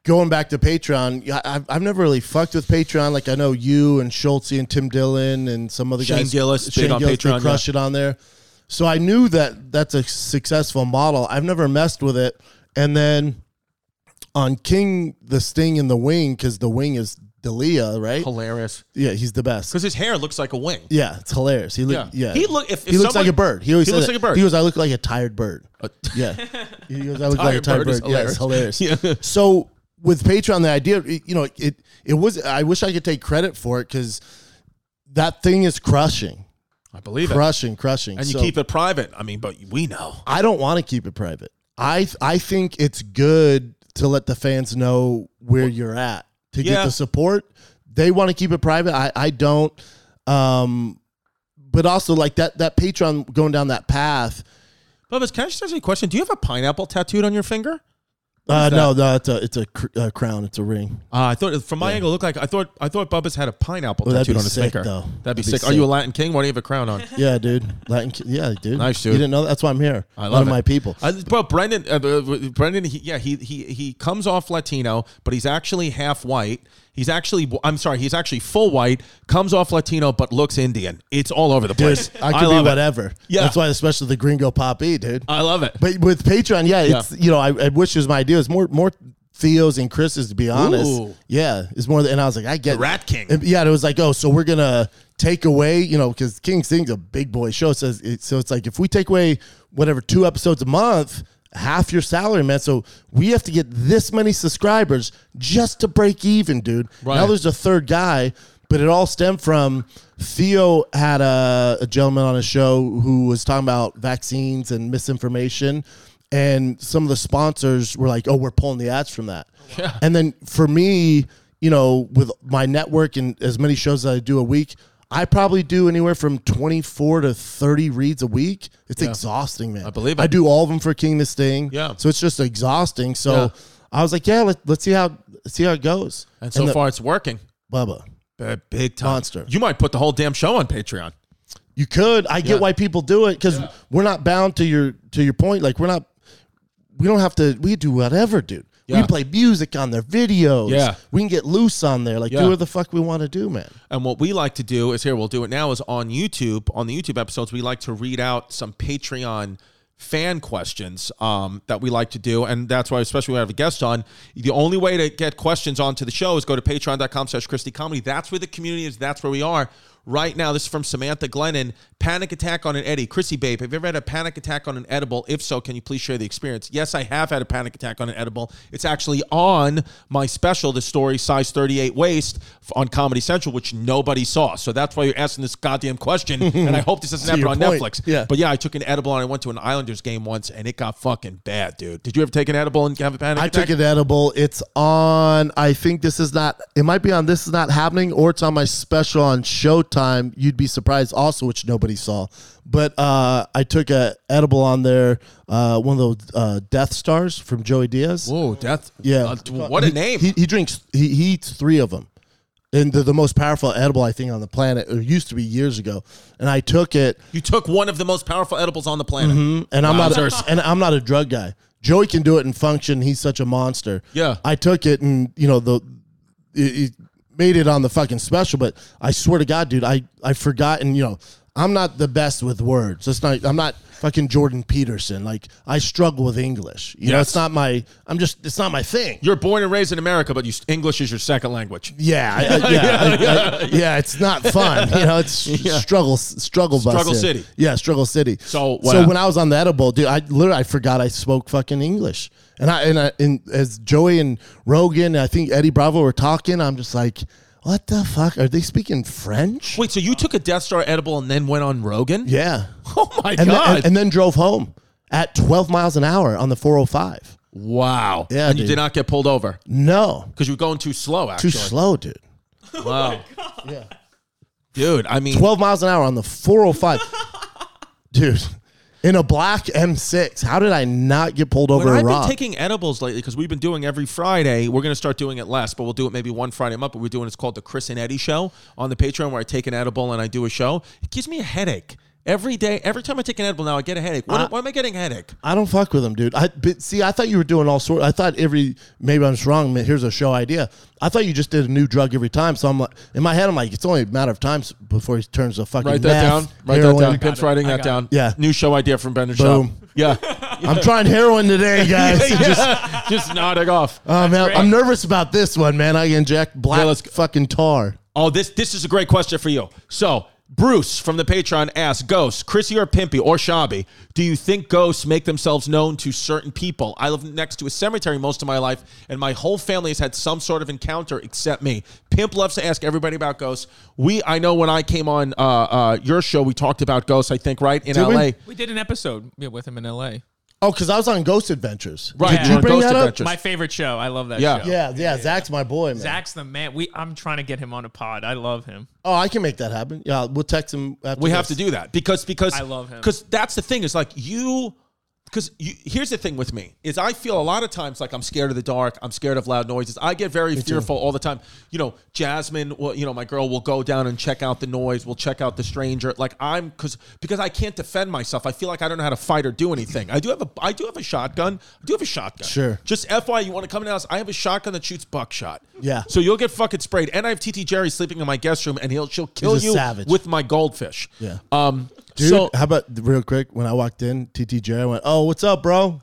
going back to Patreon, yeah, I've, I've never really fucked with Patreon. Like I know you and Schultze and Tim Dillon and some other Shane guys. Gillis, big on they Patreon, crush it on there. So I knew that that's a successful model. I've never messed with it. And then on King, the Sting and the Wing, because the Wing is Dalia, right? Hilarious. Yeah, he's the best. Because his hair looks like a wing. Yeah, it's hilarious. He look, Yeah. yeah. He look- if- if he looks someone- like a bird. He always he says looks that. like a bird. He goes, I look like a tired bird. yeah, he goes, I look like a Tired tired bird is bird. Yeah, it's hilarious. hilarious. So with Patreon, the idea, it- you know, it it was. I wish I could take credit for it because that thing is crushing, I believe it. crushing, crushing. And you So keep it private. I mean, but we know. I don't want to keep it private. I I think it's good to let the fans know where you're at to Yeah. get the support. They want to keep it private. I I don't. Um, but also like that that Patreon going down that path. Bubba's, can I just ask you a question? Do you have a pineapple tattooed on your finger? Uh, that? no, no, it's a it's a, cr- a crown. It's a ring. Uh, I thought from my angle, it looked like I thought I thought Bubba's had a pineapple Well, that'd tattooed be on his sick, finger. though. That'd be That'd be sick. Are you a sick. Latin king? Why do you have a crown on? Yeah, dude. Latin. ki- Yeah, dude. Nice, dude. You didn't know that? that's why I'm here. I One love of it. my people. I, bro, Brendan, uh, uh, Brendan, he, yeah, he he he comes off Latino, but he's actually half white. He's actually, I'm sorry, he's actually full white. Comes off Latino, but looks Indian. It's all over the place. I could be love it. whatever. Yeah. Uh, That's why, especially the Gringo Poppy, dude. I love it. But with Patreon, yeah, it's you know, I, I wish it was my idea. It's more more Theo's and Chris's to be honest. Ooh. Yeah, it's more. And I was like, I get The Rat King. And, yeah, and it was like, oh, so we're gonna take away, you know, because King Sing's a big boy show. Says it, so it's like if we take away whatever two episodes a month. Half your salary, man. So we have to get this many subscribers just to break even, dude. Right. Now there's a third guy, but it all stemmed from Theo had a, a gentleman on a show who was talking about vaccines and misinformation. And some of the sponsors were like, oh, we're pulling the ads from that. And then for me, you know, with my network and as many shows as I do a week, I probably do anywhere from 24 to 30 reads a week. It's exhausting, man. I believe I it. do all of them for King This Thing. Yeah. So it's just exhausting. So Yeah. I was like, yeah, let, let's see how see how it goes. And so the- far, it's working. Bubba. Uh, Big time. Monster. You might put the whole damn show on Patreon. You could. I get Yeah. why people do it because we're not bound to your to your point. Like we're not. We don't have to. We do whatever, dude. We Yeah. can play music on their videos. Yeah. We can get loose on there. Like, Yeah. do what the fuck we want to do, man. And what we like to do is here, we'll do it now, is on YouTube, on the YouTube episodes, we like to read out some Patreon fan questions um, that we like to do. And that's why, especially when I have a guest on, the only way to get questions onto the show is go to patreon.com slash Christy Comedy. That's where the community is. That's where we are. Right now, this is from Samantha Glennon. Panic attack on an Eddie. Chrissy, babe, have you ever had a panic attack on an edible? If so, can you please share the experience? Yes, I have had a panic attack on an edible. It's actually on my special, The Story Size 38 Waist f- on Comedy Central, which nobody saw. So that's why you're asking this goddamn question. and I hope this doesn't happen your on point. Netflix. Yeah. But yeah, I took an edible and I went to an Islanders game once and it got fucking bad, dude. Did you ever take an edible and have a panic I attack? took an edible. It's on. I think this is not. It might be on. This is not happening, or it's on my special on Showtime. You'd be surprised, also, which nobody saw. But uh, I took a edible on there. Uh, one of those uh, Death Stars from Joey Diaz. Whoa, death. Yeah, Uh, what a He- name. He, he drinks. He, he eats three of them, and they're the most powerful edible I think on the planet. It used to be years ago, and I took it. you took one of the most powerful edibles on the planet. and I'm not Wowzers. a, and I'm not a drug guy. Joey can do it and function. He's such a monster. Yeah. I took it and you know the it, it made it on the fucking special. But I swear to God, dude, I I forgot and you know I'm not the best with words. It's not I'm not fucking Jordan Peterson. Like I struggle with English. You know, Yes. it's not my I'm just it's not my thing. You're born and raised in America, but you, English is your second language. Yeah, I, I, yeah, I- I- yeah, It's not fun. You know, it's struggle, struggle, bus Struggle here. city. Yeah, struggle city. So, so wow. when I was on the edible, dude, I literally I forgot I spoke fucking English, and I and I and as Joey and Rogan, and I think Eddie Bravo were talking, I'm just like, what the fuck are they speaking French? Wait, so you took a Death Star edible and then went on Rogan? Yeah, Oh my and then, god! and, and then drove home at 12 miles an hour on the 405. wow. Yeah, And you dude. did not get pulled over No, because you were going too slow. too Actually, slow, Oh dude. Wow. Dude, I mean, 12 miles an hour on the 405. Dude, in a black M6. How did I not get pulled when over I've and robbed? been taking edibles lately because we've been doing every Friday. We're gonna start doing it less, but we'll do it maybe one Friday a month. But we're doing it's called the Chris and Eddie Show on the Patreon, where I take an edible and I do a show. It gives me a headache every day. Every time I take an edible now, I get a headache. Uh, What, why am I getting a headache? I don't fuck with them, dude. I but see. I thought you were doing all sorts. I thought every maybe I'm just wrong. man, Here's a show idea. I thought you just did a new drug every time. So I'm like, in my head, I'm like, it's only a matter of time before he turns to fucking. meth, heroin. Pimps writing that down. Yeah. New show idea from Ben and Boom. Shop. Yeah. I'm trying heroin today, guys. Just, just, just nodding off. oh, man, I'm nervous about this one, man. I inject black let's go. fucking tar. Oh, this this is a great question for you. So Bruce from the Patreon asks Ghost, Chrissy or Pimpy or Shabby, do you think ghosts make themselves known to certain people? I live next to a cemetery most of my life, and my whole family has had some sort of encounter except me. Pimp loves to ask everybody about ghosts. We, I know when I came on uh, uh, your show, we talked about ghosts. I think right in Did we? LA, We did an episode yeah, with him in L.A. Oh, because I was on Ghost Adventures. right? Did you on bring Ghost that up? Adventures. My favorite show. I love that Yeah. show. Yeah, yeah. Zach's my boy, man. Zach's the man. We I'm trying to get him on a pod. I love him. Oh, I can make that happen. Yeah, we'll text him. After We have to this. do that because because I love him. because that's the thing is like you because you, here's the thing with me is I feel a lot of times like I'm scared of the dark. I'm scared of loud noises. I get very fearful all the time. You know, Jasmine, will, you know, my girl will go down and check out the noise. We'll check out the stranger. Like I'm because because I can't defend myself. I feel like I don't know how to fight or do anything. I do have a I do have a shotgun. I do have a shotgun. Sure. Just FY, you want to come in the house? I have a shotgun that shoots buckshot. Yeah. So you'll get fucking sprayed. And I have TT Jerry sleeping in my guest room, and he'll she'll kill He's a you savage. with my goldfish. Yeah. Um. Dude, so how about real quick? When I walked in, TT Jerry went, "Oh, what's up, bro?"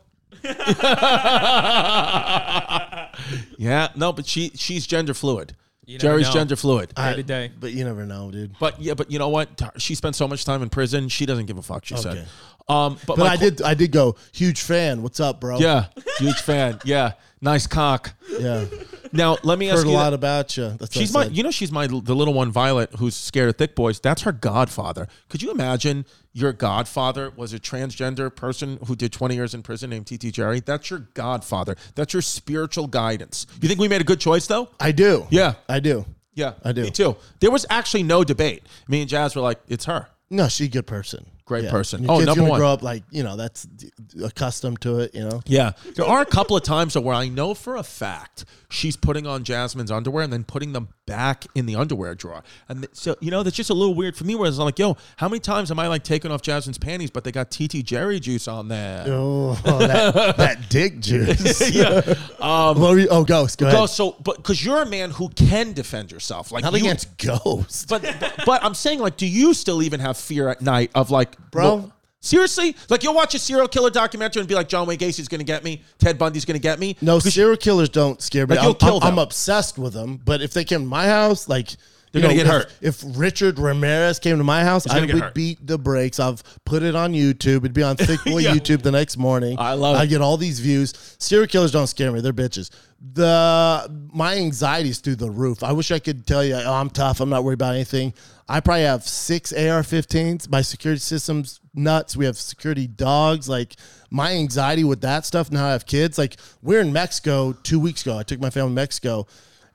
yeah, no, but she she's gender fluid. never Jerry's know. gender fluid. Day to day. But you never know, dude. but yeah, but you know what? She spent so much time in prison. She doesn't give a fuck. She said. Okay. Um. But, But my I qu- did. I did go. Huge fan. What's up, bro? Yeah. Huge fan. Yeah. Nice cock. yeah. Now let me ask Heard a you. lot about you. That's what She's I my, said. you know, she's my the little one, Violet, who's scared of thick boys. That's her godfather. Could you imagine your godfather was a transgender person who did 20 years in prison named TT Jerry? That's your godfather. That's your spiritual guidance. You think we made a good choice though? I do. Yeah. I do. Yeah, I do. Me too. There was actually no debate. Me and Jazz were like, it's her. No, she's a good person. Great Yeah. person. Your Oh, kid's number gonna one. grow up like you know that's d- accustomed to it. You know, Yeah. There are a couple of times though where I know for a fact she's putting on Jasmine's underwear and then putting them back in the underwear drawer. And th- so, you know, that's just a little weird for me where it's like, yo, how many times am I like taking off Jasmine's panties, but they got TT Jerry juice on there? oh that, that dick juice. Yeah. Um, What were you- oh, ghost. Go Go, ahead. so, but because you're a man who can defend yourself, like Not you, against ghost. but but I'm saying like, do you still even have fear at night of like, Bro. seriously, like you'll watch a serial killer documentary and be like, John Wayne Gacy's gonna get me, Ted Bundy's gonna get me. No, serial killers don't scare me. Like, you'll I'm, I'm- kill them. I'm obsessed with them, but if they came to my house, like They're you gonna know, get if- hurt. If Richard Ramirez came to my house, I gonna would get hurt. beat the brakes. I've put it on YouTube. It'd be on Thick Boy Yeah. YouTube the next morning. I love I it. get all these views. Serial killers don't scare me. They're bitches. The my anxiety's through the roof. I wish I could tell you, oh, I'm tough. I'm not worried about anything. I probably have six AR-15s. My security system's nuts. We have security dogs. Like my anxiety with that stuff. Now I have kids. Like we're in Mexico two weeks ago. I took my family to Mexico.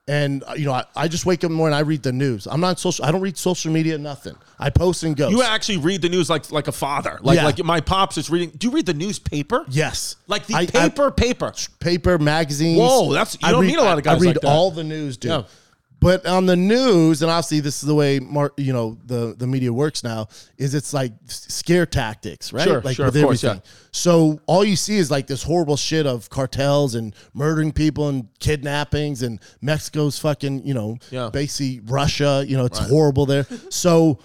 And uh, you know, I, I just wake up in the morning. I read the news. I'm not on social. I don't read social media. Nothing. I post and go. You actually read the news like like a father, like Yeah. like my pops is reading. Do you read the newspaper? yes, like the I- I- paper paper. paper magazines. Whoa, that's- you don't meet a lot of guys I read like that. all the news, dude. Yeah. But on the news, and obviously this is the way Mar- you know the the media works now is it's like s- scare tactics, right? Sure, like sure, of course, So all you see is like this horrible shit of cartels and murdering people and kidnappings and Mexico's fucking you know Yeah. basically Russia. You know it's horrible there. So.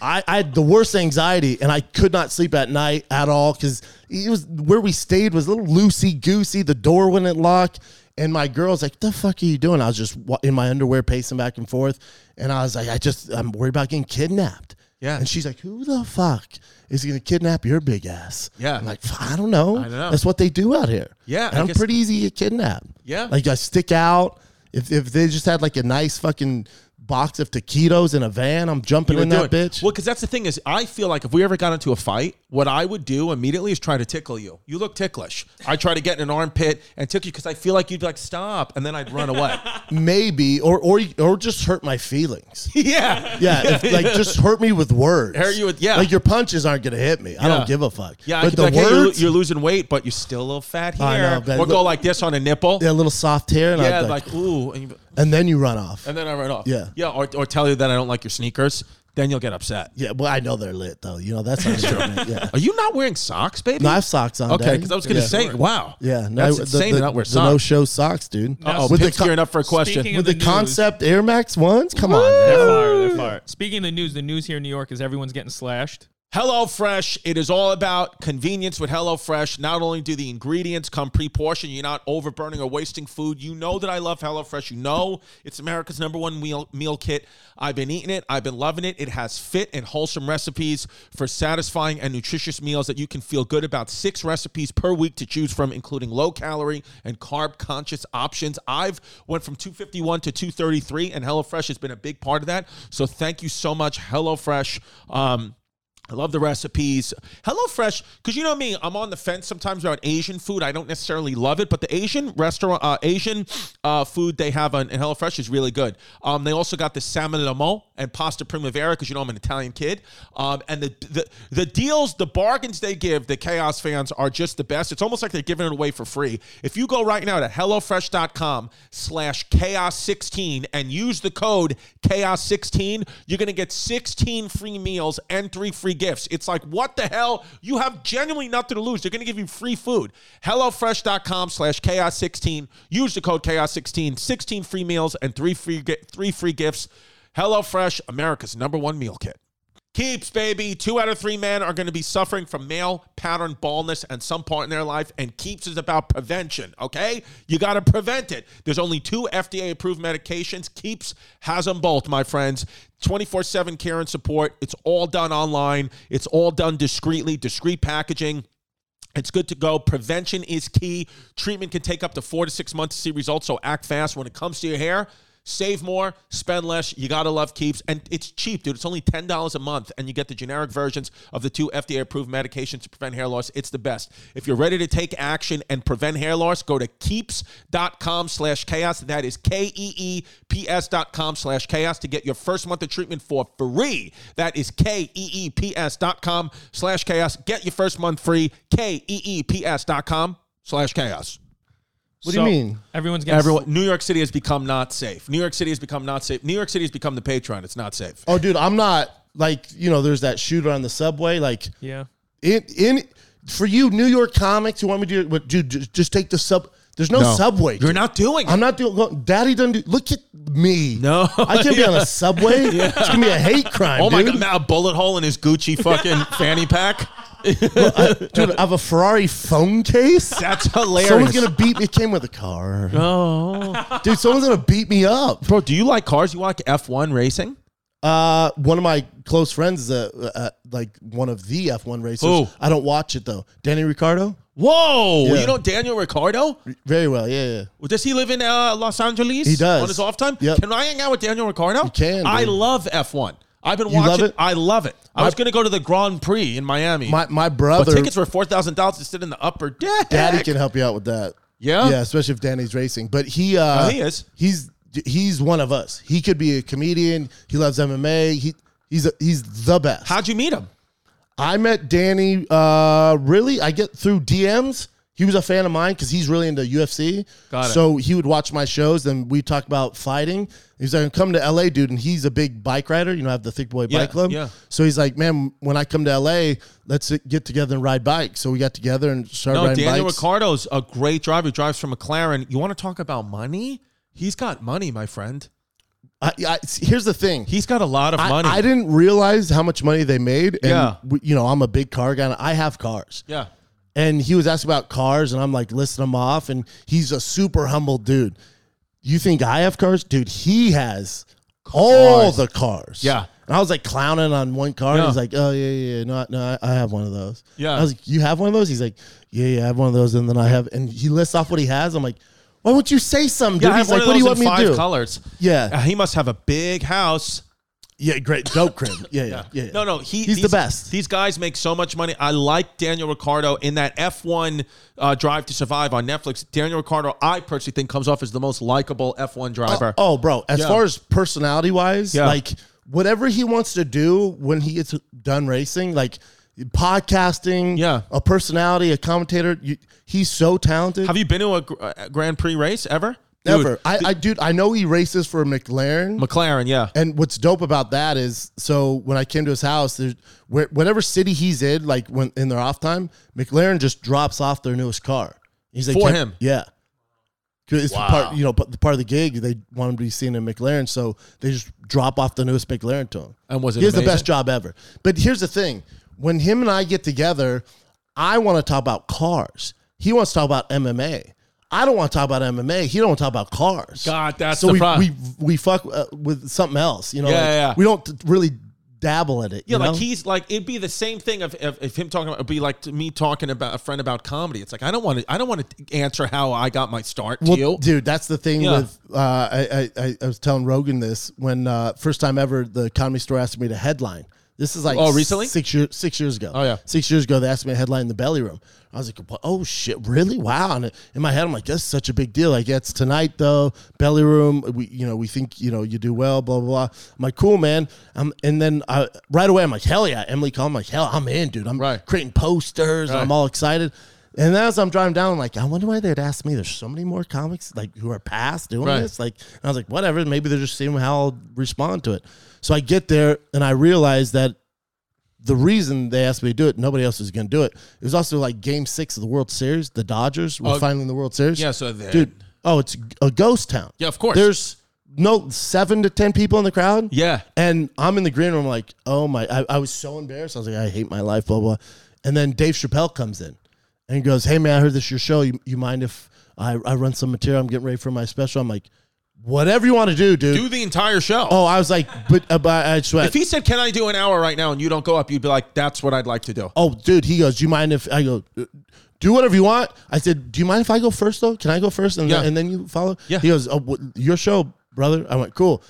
I, I had the worst anxiety and I could not sleep at night at all because it was where we stayed was a little loosey goosey. The door wouldn't lock. And my girl's like, the fuck are you doing? I was just wa- in my underwear pacing back and forth. And I was like, I just, I'm worried about getting kidnapped. Yeah. And she's like, who the fuck is going to kidnap your big ass? Yeah. I'm like, "F- I don't know. I don't know. That's what they do out here. Yeah, And I I'm guess- pretty easy to kidnap. Yeah. Like I stick out. If, if they just had like a nice fucking box of taquitos in a van, I'm jumping in that doing- bitch. Well, because that's the thing is, I feel like if we ever got into a fight, what I would do immediately is try to tickle you. You look ticklish. I try to get in an armpit and tickle you because I feel like you'd be like stop, and then I'd run away. maybe or or or just hurt my feelings. yeah, Yeah, if, like just hurt me with words. Hurt you with- yeah. Like your punches aren't gonna hit me. I Yeah. don't give a fuck. Yeah, I could but be the like, hey, you're, lo- words, you're losing weight, but you're still a little fat I know, here. but or go look- like this on a nipple. they're a little soft here, and Yeah, I'm like, like, ooh, and, you, and then you run off. and then I run off. Yeah. yeah, or, or tell you that I don't like your sneakers. Then you'll get upset. yeah, well, I know they're lit though. You know that's not true. Yeah, Are you not wearing socks, baby? no, I have socks on. Okay, Daddy. because I was gonna yeah. say, wow, Yeah, no, that's the- insane the, to not wear The no socks. show socks, dude. oh, with the Pip's gearing up for a question. Speaking with of the, the news- concept Air Max ones. Come on, They're now. fire. They're fire. Speaking of the news, the news here in New York is everyone's getting slashed. Hello Fresh, it is all about convenience with Hello Fresh. Not only do the ingredients come pre-portioned, you're not overburning or wasting food. You know that I love Hello Fresh. You know it's America's number one meal meal kit. I've been eating it. I've been loving it. It has fit and wholesome recipes for satisfying and nutritious meals that you can feel good about. Six recipes per week to choose from, including low calorie and carb conscious options. I've went from 251 to 233, and HelloFresh has been a big part of that. So thank you so much, HelloFresh. Um, I love the recipes. HelloFresh, because you know me, I'm on the fence sometimes about Asian food. I don't necessarily love it, but the Asian restaurant, uh, Asian uh, food they have on in HelloFresh is really good. Um, they also got the salmon lamont and pasta primavera, because you know I'm an Italian kid. Um, and the, the the deals, the bargains they give the Chaos fans are just the best. It's almost like they're giving it away for free. If you go right now to HelloFresh.com slash Chaos16 and use the code Chaos16, you're going to get 16 free meals and three free gifts. It's like, what the hell? You have genuinely nothing to lose. They're going to give you free food. HelloFresh.com slash Chaos16. Use the code Chaos16. 16 free meals and three free, gi- three free gifts. HelloFresh, America's number one meal kit. Keeps, baby. Two out of three men are going to be suffering from male pattern baldness and some part in their life. And Keeps is about prevention, okay? You got to prevent it. There's only two FDA approved medications. Keeps has them both, my friends. 24 7 care and support. It's all done online, it's all done discreetly, discreet packaging. It's good to go. Prevention is key. Treatment can take up to four to six months to see results, so act fast when it comes to your hair. Save more, spend less. You gotta love Keeps, and it's cheap, dude. It's only ten dollars a month, and you get the generic versions of the two FDA-approved medications to prevent hair loss. It's the best. If you're ready to take action and prevent hair loss, go to Keeps.com/chaos. That is E K-E-E-P-S dot com slash chaos to get your first month of treatment for free. That is E K-E-E-P-S dot com slash chaos. Get your first month free. E K-E-E-P-S dot com slash chaos. What do you mean? Everyone's getting Everyone, New York City has become not safe. New York City has become not safe. New York City has become the patron. It's not safe. Oh, dude, I'm not like you know. There's that shooter on the subway. Like Yeah. in in for you, New York comics who want me to do, what, dude, just, just take the sub. There's no, subway. You're dude. not doing I'm it. not doing. look, Daddy doesn't do. Look at me. No. I can't be on a subway. It's gonna be a hate crime. Oh my dude. god! Now a bullet hole in his Gucci fucking fanny pack. dude! I have a Ferrari phone case. That's hilarious. Someone's gonna beat me. It came with a car. Oh, Dude, someone's gonna beat me up. bro, do you like cars? You like F1 racing? Uh, one of my close friends is a, uh, like one of the F1 racers. Who? I don't watch it though. Danny Ricardo, Whoa! Yeah. You know Daniel Ricardo? very well. Yeah, yeah. Does he live in uh, Los Angeles? He does. On his off time? Yep. Can I hang out with Daniel Ricardo? You can, I dude. love F1. I've been You love watching. it? I love it. I was going to go to the Grand Prix in Miami. My my but brother, tickets were four thousand dollars to sit in the upper deck. Daddy can help you out with that. Yeah? yeah, especially if Danny's racing. But he, uh, Oh, he is. He's he's one of us. He could be a comedian. He loves MMA. He he's a, he's the best. How'd you meet him? I met Danny. Uh, really, I get through DMs. He was a fan of mine because he's really into UFC. Got it. So he would watch my shows, and we talk about fighting. He's like, "Come to LA, dude," and he's a big bike rider. You know, I have the Thick Boy Yeah, Bike Club. yeah. So he's like, "Man, when I come to LA, let's get together and ride bikes." So we got together and started No, riding Daniel bikes. Ricardo's a great driver. He drives from McLaren. You want to talk about money? He's got money, my friend. I, I, here's the thing. He's got a lot of I, money. I didn't realize how much money they made. And Yeah. we, you know, I'm a big car guy. And I have cars. yeah. And he was asked about cars, and I'm like listing them off. And he's a super humble dude. You think I have cars, dude? He has all the cars. Yeah. And I was like clowning on one car. Yeah. He's like, "Oh yeah, yeah, yeah. no, I- no, I- I have one of those." Yeah. I was like, "You have one of those?" He's like, "Yeah, yeah, I have one of those." And then I have, and he lists off what he has. I'm like, "Why won't you say something?" Yeah, dude? I have He's one like, of "What do those you in want me five to do?" colors. Yeah. Uh, he must have a big house. Yeah, great dope crib. Yeah, yeah, yeah. yeah. No, no, he, he's these- the best. These guys make so much money. I like Daniel Ricardo in that F1 uh, Drive to Survive on Netflix. Daniel Ricardo, I personally think, comes off as the most likable F1 driver. Oh, bro. As Yeah. far as personality wise, Yeah. like whatever he wants to do when he gets done racing, like podcasting, Yeah. a personality, a commentator. You, he's so talented. Have you been to a, gr- a Grand Prix race ever? Dude, Never. I, I, dude, I know he races for McLaren. McLaren, yeah. and what's dope about that is, so when I came to his house, there's where, whatever city he's in, like when in their off time, McLaren just drops off their newest car. He's like For "Can- him? yeah. 'Cause It's part, you know, but the part of the gig they want him to be seen in McLaren, so they just drop off the newest McLaren to him. And was it He has the amazing? best job ever. But here's the thing: when him and I get together, I want to talk about cars. He wants to talk about MMA. I don't want to talk about MMA. He don't want to talk about cars. God, that's so the we, problem. we we fuck uh, with something else. You know, Yeah, like, yeah, yeah. we don't really dabble at it. Yeah, you like know? he's like it'd be the same thing of if, if him talking about it'd be like to me talking about a friend about comedy. It's like I don't want to I don't want to answer how I got my start to Well, you. dude, that's the thing Yeah. with. Uh, I, I- I I was telling Rogan this when uh, first time ever the comedy store asked me to headline. This is like Oh, recently? six years six years ago. Oh, yeah. six years ago they asked me to headline the belly room. I was like, "What? oh shit, really? Wow! And in my head, I'm like, that's such a big deal. Like it's tonight though, belly room. We you know we think you know you do well, blah blah blah. I'm like, cool, man. Um, and then I, right away I'm like, hell yeah, Emily called. I'm like, hell, I'm in, dude. I'm Right. creating posters. and I'm all excited. And then as I'm driving down, I'm like, I wonder why they'd ask me. There's so many more comics like who are past doing Right. this. Like, and I was like, whatever. Maybe they're just seeing how I'll respond to it. So I get there and I realize that the reason they asked me to do it, nobody else was going to do it. It was also like Game Six of the World Series. The Dodgers were finally in the World Series. Oh, yeah, so then- dude, oh, it's a ghost town. Yeah, of course. There's no seven to ten people in the crowd. Yeah. And I'm in the green room, like, oh my, I, I was so embarrassed. I was like, I hate my life, blah, blah. And then Dave Chappelle comes in and he goes, hey man, I heard this is your show. You, you mind if I, I run some material? I'm getting ready for my special. I'm like, whatever you want to do, dude. Do the entire show. Oh, I was like, but, uh, but I just went, If he said, "Can I do an hour right now?" and you don't go up, you'd be like, "That's what I'd like to do." oh, dude, he goes, do you mind if I go, do whatever you want? I said, do you mind if I go first though? Can I go first? And, Yeah. then, and then you follow? Yeah. He goes, oh, what, your show, brother. I went, cool.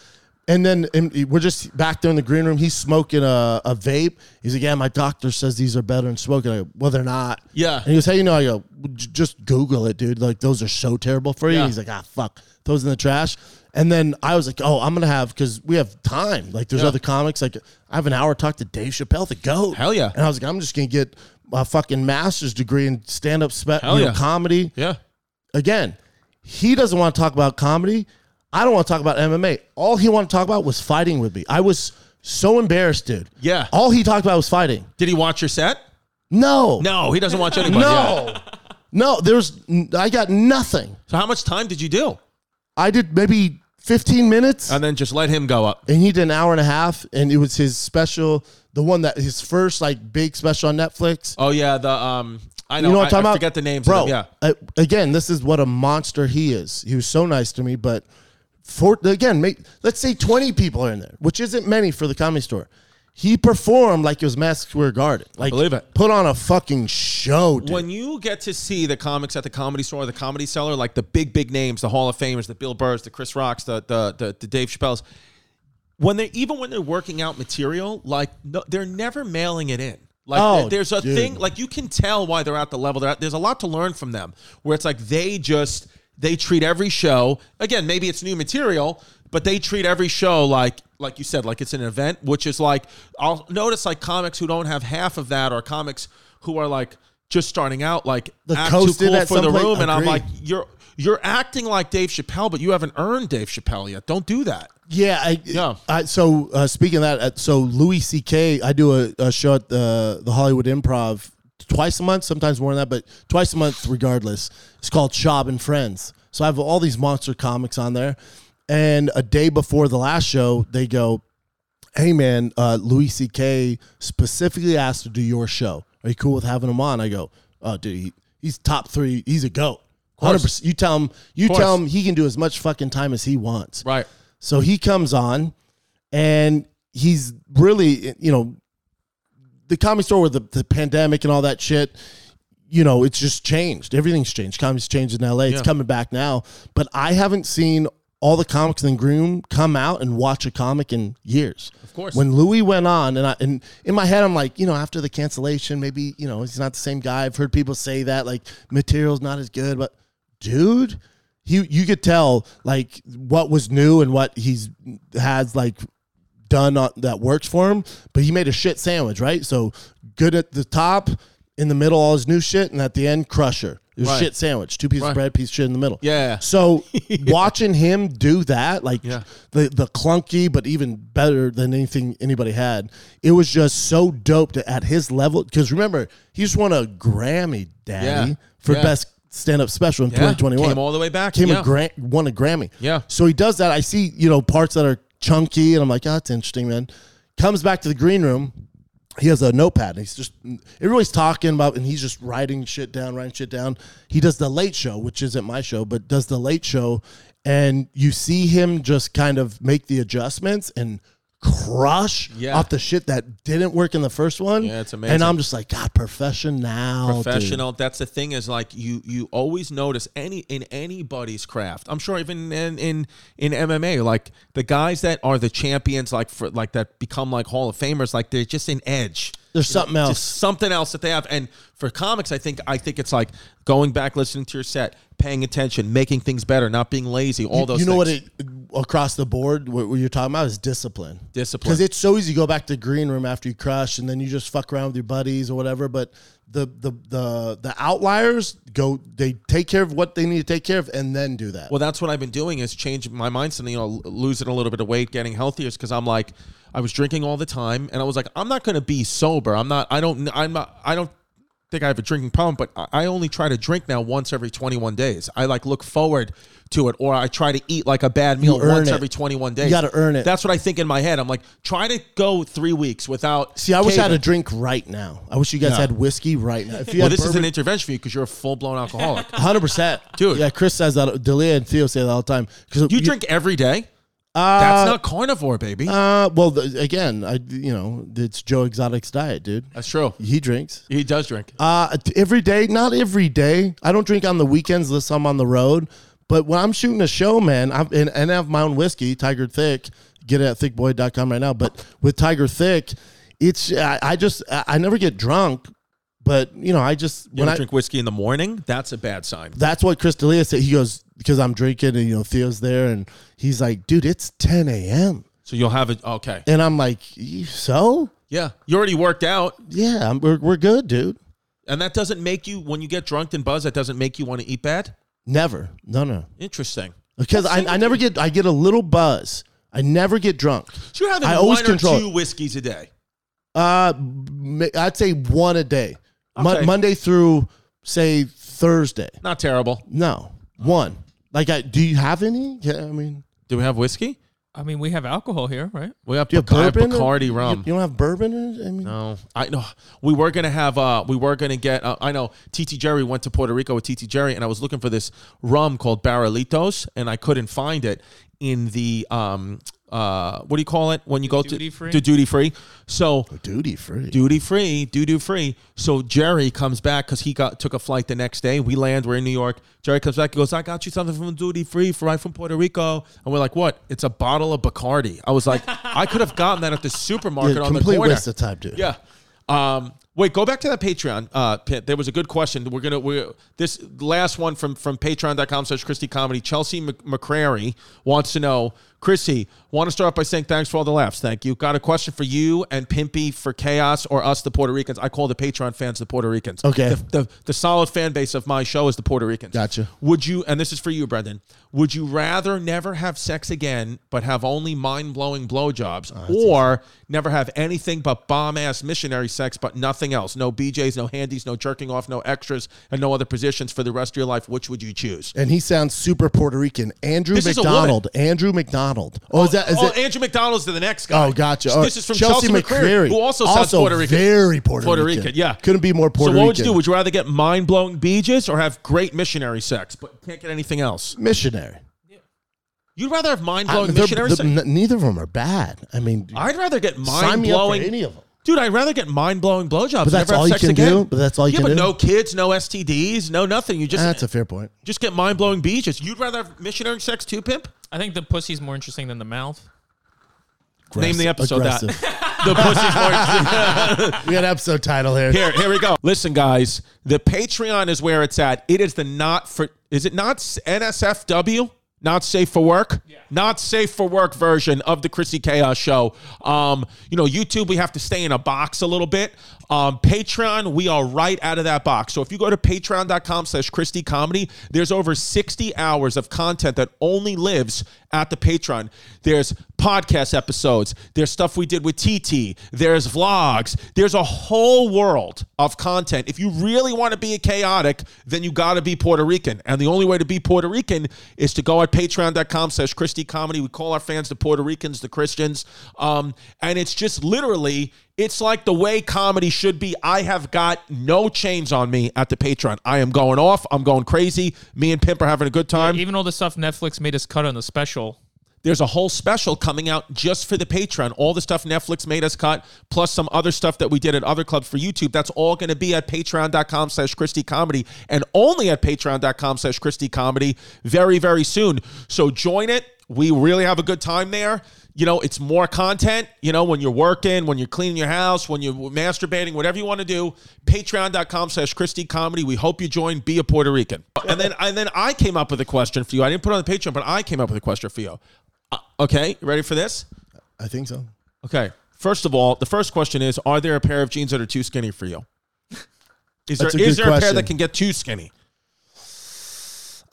And then and we're just back there in the green room. He's smoking a, a vape. He's like, yeah, my doctor says these are better than smoking. I go, well, they're not. Yeah. And he goes, how you know? I go, "Well, j- just Google it, dude. Like, those are so terrible for you. Yeah. He's like, ah, fuck. Those in the trash. And then I was like, oh, I'm going to have, because we have time. Like, there's other comics. Like, I have an hour to talk to Dave Chappelle, the GOAT. Hell yeah. And I was like, I'm just going to get a fucking master's degree in stand up spe- you Hell know, yeah. comedy Yeah. again, he doesn't want to talk about comedy. I don't want to talk about MMA. All he wanted to talk about was fighting with me. I was so embarrassed, dude. Yeah. All he talked about was fighting. Did he watch your set? No. No, he doesn't watch anybody. Yeah. No. no, there's I got nothing. So how much time did you do? I did maybe 15 minutes And then just let him go up. and he did an hour and a half and it was his special, the one that his first like big special on Netflix. Oh yeah, the um I know, You know I, what I'm talking I about? forget the names. bro. of them. uh, again, this is what a monster he is. He was so nice to me, but for again, make, let's say twenty people are in there, which isn't many for the comedy store. He performed like it was Madison Square Garden. Like, believe it. Put on a fucking show, dude. Yeah. When you get to see the comics at the comedy store, the comedy cellar, like the big, big names, the Hall of Famers, the Bill Burrs, the Chris Rocks, the the the, the Dave Chappelle's, when they even when they're working out material, like no, they're never mailing it in. Like Oh, there- there's a dude. thing, like you can tell why they're at the level they're at. There's a lot to learn from them, where it's like they just they treat every show again. Maybe it's new material, but they treat every show like like you said, like it's an event, which is like I'll notice like comics who don't have half of that, or comics who are like just starting out, like The act coast too did cool that for the someplace. room, and I'm Agreed. like you're. You're acting like Dave Chappelle, but you haven't earned Dave Chappelle yet. Don't do that. Yeah, I, Yeah. I, so uh, speaking of that, uh, so Louis C.K. I do a, a show at the the Hollywood Improv twice a month, sometimes more than that, but twice a month regardless. It's called Shop and Friends. So I have all these monster comics on there, and a day before the last show, they go, "Hey man, uh, Louis C.K. specifically asked to do your show. Are you cool with having him on?" I go, "Oh, dude, he, he's top three. He's a goat." Hundred percent. You tell him. You course. tell him he can do as much fucking time as he wants. Right. So he comes on and he's really, you know, the comedy store with the, the pandemic and all that shit, you know, it's just changed. Everything's changed. Comedy's changed in LA. It's coming back now. But I haven't seen all the comics in the room come out and watch a comic in years. Of course. When Louis went on, and I, and in my head, I'm like, you know, after the cancellation, maybe, you know, he's not the same guy. I've heard people say that, like, material's not as good. But, dude, he, you could tell, like, what was new and what he's has, like, done on, that works for him, but he made a shit sandwich, right? So good at the top, in the middle, all his new shit, and at the end, crusher. It was Right. shit sandwich, two pieces of bread, piece of shit in the middle. Yeah. So watching him do that, like the the clunky, but even better than anything anybody had, it was just so dope to, at his level. Because remember, he just won a Grammy, Daddy, Yeah. for Yeah. best stand up special in Yeah. 2021 Came all the way back. came yeah. a grant won a Grammy. Yeah. So he does that. I see, you know, parts that are chunky and I'm like, oh, that's interesting, man. Comes back to the green room. He has a notepad and he's just everybody's talking about and he's just writing shit down, writing shit down. He does the late show, which isn't my show, but does the late show and you see him just kind of make the adjustments and crush Yeah. off the shit that didn't work in the first one. Yeah, it's And amazing. I'm just like, God, professional. dude." professional. That's the thing is like you you always notice any in anybody's craft. I'm sure even in in in MMA, like the guys that are the champions, like for like that become like Hall of Famers, like they're just an edge. There's something else. Just something else that they have. And for comics, I think I think it's like going back, listening to your set, paying attention, making things better, not being lazy. All those. you know things. what it across the board what, what you're talking about is discipline Discipline. because it's so easy to go back to the green room after you crush and then you just fuck around with your buddies or whatever but the the the, the outliers go they take care of what they need to take care of and then do that Well, that's what I've been doing is changing my mindset, you know, l- losing a little bit of weight, getting healthier is because I'm like, I was drinking all the time and I was like, I'm not going to be sober. I'm not, I don't, I'm not, I don't think I have a drinking problem, but I I only try to drink now once every 21 days. I like look forward to it or I try to eat like a bad meal earn once it. every 21 days. gotta earn it. That's what I think in my head. I'm like, try to go three weeks without. see i wish i had caving. a drink right now i wish you guys Yeah. had whiskey right now if you Well, had this is an bourbon- intervention for you because you're a full blown alcoholic. 100% Dude. yeah chris says that delia and theo say that all the time because You drink every day? that's not carnivore, baby. uh well the, again i you know it's joe exotic's diet dude that's true. he drinks He does drink. Uh, t- every day, not every day. I don't drink on the weekends unless I'm on the road. But when I'm shooting a show, man, I'm, and, and I have my own whiskey, Tiger Thick. Get it at thickboy.com right now. But with Tiger Thick, it's I, I just I, I never get drunk, but you know I just You when don't I drink whiskey in the morning. That's a bad sign. that's what Chris D'Elia said. He goes because I'm drinking, and you know Theo's there, and he's like, dude, it's 10 a.m. So you'll have it. Okay. And I'm like, "You- so Yeah. You already worked out, yeah, I'm, we're we're good, dude. and that doesn't make you when you get drunk and buzzed. That doesn't make you want to eat bad. Never, no, no, Interesting. because I, I never get I get a little buzz. I never get drunk. So you're having I always one or control it. two whiskeys a day. Uh, m- I'd say one a day, Mon- Okay. Monday through say Thursday. Not terrible. No, one. Like, I, do you have any? Yeah, I mean, Do we have whiskey? I mean, we have alcohol here, right? We have, do you have Bac- I have bourbon? or- Bacardi you- rum. You, don't have bourbon? Or, I mean, No, I know. We were gonna have. Uh, we were gonna get. Uh, I know. TT Jerry went to Puerto Rico with TT Jerry, and I was looking for this rum called Barrelitos, and I couldn't find it in the um uh what do you call it when you go Duty to free? to duty free. So duty free. duty free, doo doo free. So Jerry comes back because he got took a flight the next day. We land, we're in New York. Jerry comes back, he goes, "I got you something from duty free, for right from Puerto Rico." And we're like, "What?" It's a bottle of Bacardi. I was like, I could have gotten that at the supermarket yeah, on the complete corner. waste of time, dude. Yeah. Um, wait, go back to that Patreon. Uh, Pitt. there was a good question. We're gonna we this last one from from patreon.com slash Christy Comedy. Chelsea Mc- McCrary wants to know, Chrissy, want to start by saying thanks for all the laughs. Thank you. Got a question for you and Pimpy for Chaos or us, the Puerto Ricans. I call the Patreon fans the Puerto Ricans. Okay. The, the, the solid fan base of my show is the Puerto Ricans. Gotcha. Would you, and this is for you, Brendan, would you rather never have sex again but have only mind blowing Ah, blowjobs or never have anything but bomb ass missionary sex but nothing else? No BJs, no handies, no jerking off, no extras, and no other positions for the rest of your life? Which would you choose? And he sounds super Puerto Rican. Andrew This is a woman. McDonald. Andrew McDonald. Oh, is that? Is oh, it? Andrew McDonald's to the next guy. Oh, gotcha. This Oh, is from Chelsea, McCreary, who also, sounds Puerto Rican. Very Puerto, Puerto Rican. Rican, yeah. Couldn't be more Puerto so what would you Rican. do? Would you rather get mind blowing BJs or have great missionary sex but can't get anything else? missionary. You'd rather have mind I- blowing Uh, they're- missionary the- sex. n- neither of them are bad. I mean, I'd rather get sign mind me up for blowing. any of them. Dude, I'd rather get mind blowing blowjobs. But that's never have all you sex can again. do? But that's all you yeah, can but do? Ah, no kids, no STDs, no nothing. You just That's a fair point. just get mind blowing beaches. You'd rather have missionary sex too, pimp? I think the pussy's more interesting than the mouth. Name the episode Aggressive. that. The pussy's more interesting. we had episode title here. Here, here we go. Listen, guys, the Patreon is where it's at. It is the not for. Is it not NSFW? Not safe for work. Not safe for work version of the Chrissy Chaos Show. Um, you know, YouTube, we have to stay in a box a little bit. Um, Patreon, we are right out of that box. So if you go to patreon.com slash Christy Comedy, there's over 60 hours of content that only lives at the Patreon. There's podcast episodes. There's stuff we did with TT. There's vlogs. There's a whole world of content. If you really want to be a chaotic, then you got to be Puerto Rican. And the only way to be Puerto Rican is to go at patreon.com slash Christy Comedy. We call our fans the Puerto Ricans, the Christians. Um, and it's just literally, it's like the way comedy should be. I have got no chains on me at the Patreon. I am going off. I'm going crazy. Me and Pimp are having a good time. Even all the stuff Netflix made us cut on the special. There's a whole special coming out just for the Patreon. All the stuff Netflix made us cut, plus some other stuff that we did at other clubs for YouTube. That's all going to be at patreon.com slash Christy Comedy and only at patreon.com slash Christy Comedy very, very soon. So join it. We really have a good time there. You know, it's more content, you know, when you're working, when you're cleaning your house, when you're masturbating, whatever you want to do, patreon.com slash Christy Comedy. We hope you join. Be a Puerto Rican. And then and then I came up with a question for you. I didn't put it on the Patreon, but I came up with a question for you. Uh, okay, you ready for this? I think so. Okay. First of all, the first question is: Are there a pair of jeans that are too skinny for you? Is there is That's a good there a pair question. that can get too skinny?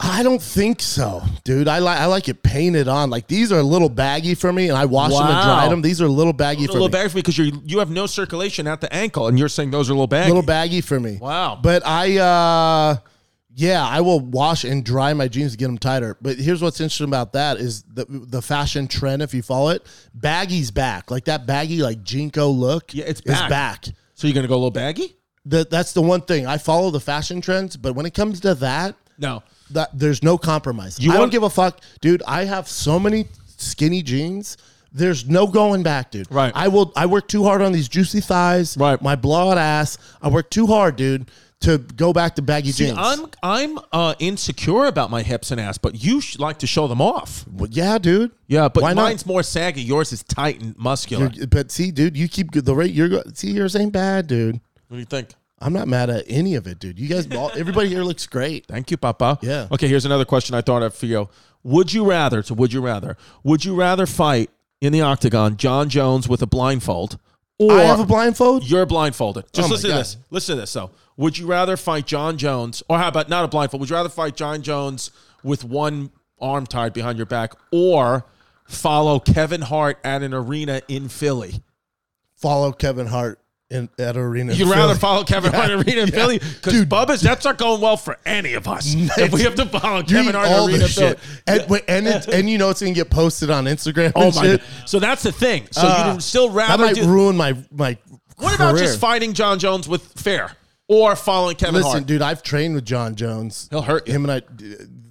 I don't think so, dude. I like I like it painted on. Like these are a little baggy for me, and I washed them and Wow. dried them. These are a little baggy A for little me. baggy because you you have no circulation at the ankle, and you're saying those are a little baggy. little baggy for me. Wow. But I, uh, yeah, I will wash and dry my jeans to get them tighter. But here's what's interesting about that is the the fashion trend. If you follow it, baggy's back. Like that baggy, like jinko look. Yeah, it's is back. back. so you're gonna go a little baggy? The, that's the one thing I follow the fashion trends. But when it comes to that, No. that there's no compromise. You I don't want- give a fuck, dude. I have so many skinny jeans. There's no going back, dude. Right. I will. I work too hard on these juicy thighs. Right. My blowout ass. I work too hard, dude. to go back to baggy See, jeans. I'm I'm uh, insecure about my hips and ass, but you sh- like to show them off. Well, yeah, dude. Yeah, but Why not? mine's more saggy. Yours is tight and muscular. You're- but see, dude, you keep the rate you're go- see yours ain't bad, dude. what do you think? I'm not mad at any of it, dude. You guys, all, everybody here looks great. Thank you, Papa. Yeah. Okay, here's another question I thought of for you. Would you rather, so would you rather, would you rather fight in the octagon John Jones with a blindfold or I have a blindfold. you're blindfolded? Just Oh my listen to God. this. Listen to this. So, would you rather fight John Jones or how about not a blindfold? Would you rather fight John Jones with one arm tied behind your back or follow Kevin Hart at an arena in Philly? Follow Kevin Hart in at arena. You'd in rather Philly. follow Kevin Hart in Arena in Philly because Dude. Bubba's that's not going well for any of us. if we have to follow You Kevin eat Hart all in Arena this Philly. shit, and wait, and, it, and you know it's gonna get posted on Instagram. Oh and my shit. god! So that's the thing. So Ah, you'd still That rather might do. ruin my my. what about career. just fighting John Jones with fair or following Kevin Listen, Hart? dude, I've trained with John Jones. He'll hurt you. Him and I,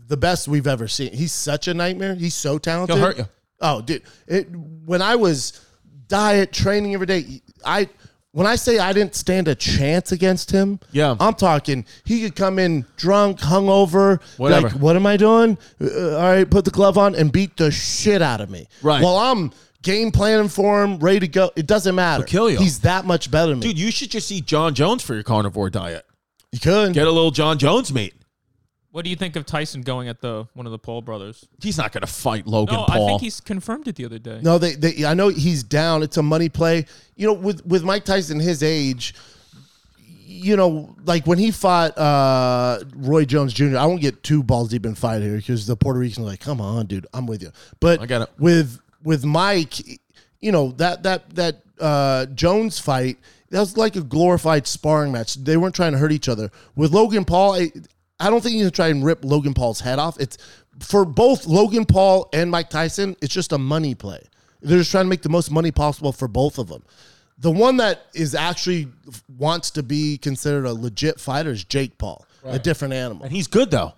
the best we've ever seen. He's such a nightmare. He's so talented. He'll hurt you. Oh, dude. It, when I was diet training every day, I when I say I didn't stand a chance against him, Yeah. I'm talking he could come in drunk, hungover, Whatever. like what am I doing? Uh, all right, put the glove on and beat the shit out of me. Right. While I'm game planning for him, ready to go. It doesn't matter. kill you. He's that much better than me. Dude, you should just eat John Jones for your carnivore diet. you could. Get a little John Jones meat. What do you think of Tyson going at the one of the Paul brothers? He's not going to fight Logan No, Paul. I think he's confirmed it the other day. No, they, they. I know he's down. It's a money play. You know, with with Mike Tyson his age, you know, like when he fought uh, Roy Jones Jr. I won't get too balls deep in fight here because the Puerto Ricans are like, "Come on, dude, I'm with you." But I got it. With with Mike, you know that that that uh, Jones fight that was like a glorified sparring match. They weren't trying to hurt each other. With Logan Paul, I, I don't think he's gonna try and rip Logan Paul's head off. It's for both Logan Paul and Mike Tyson. It's just a money play. They're just trying to make the most money possible for both of them. The one that is actually wants to be considered a legit fighter is Jake Paul, a different animal. and he's good though.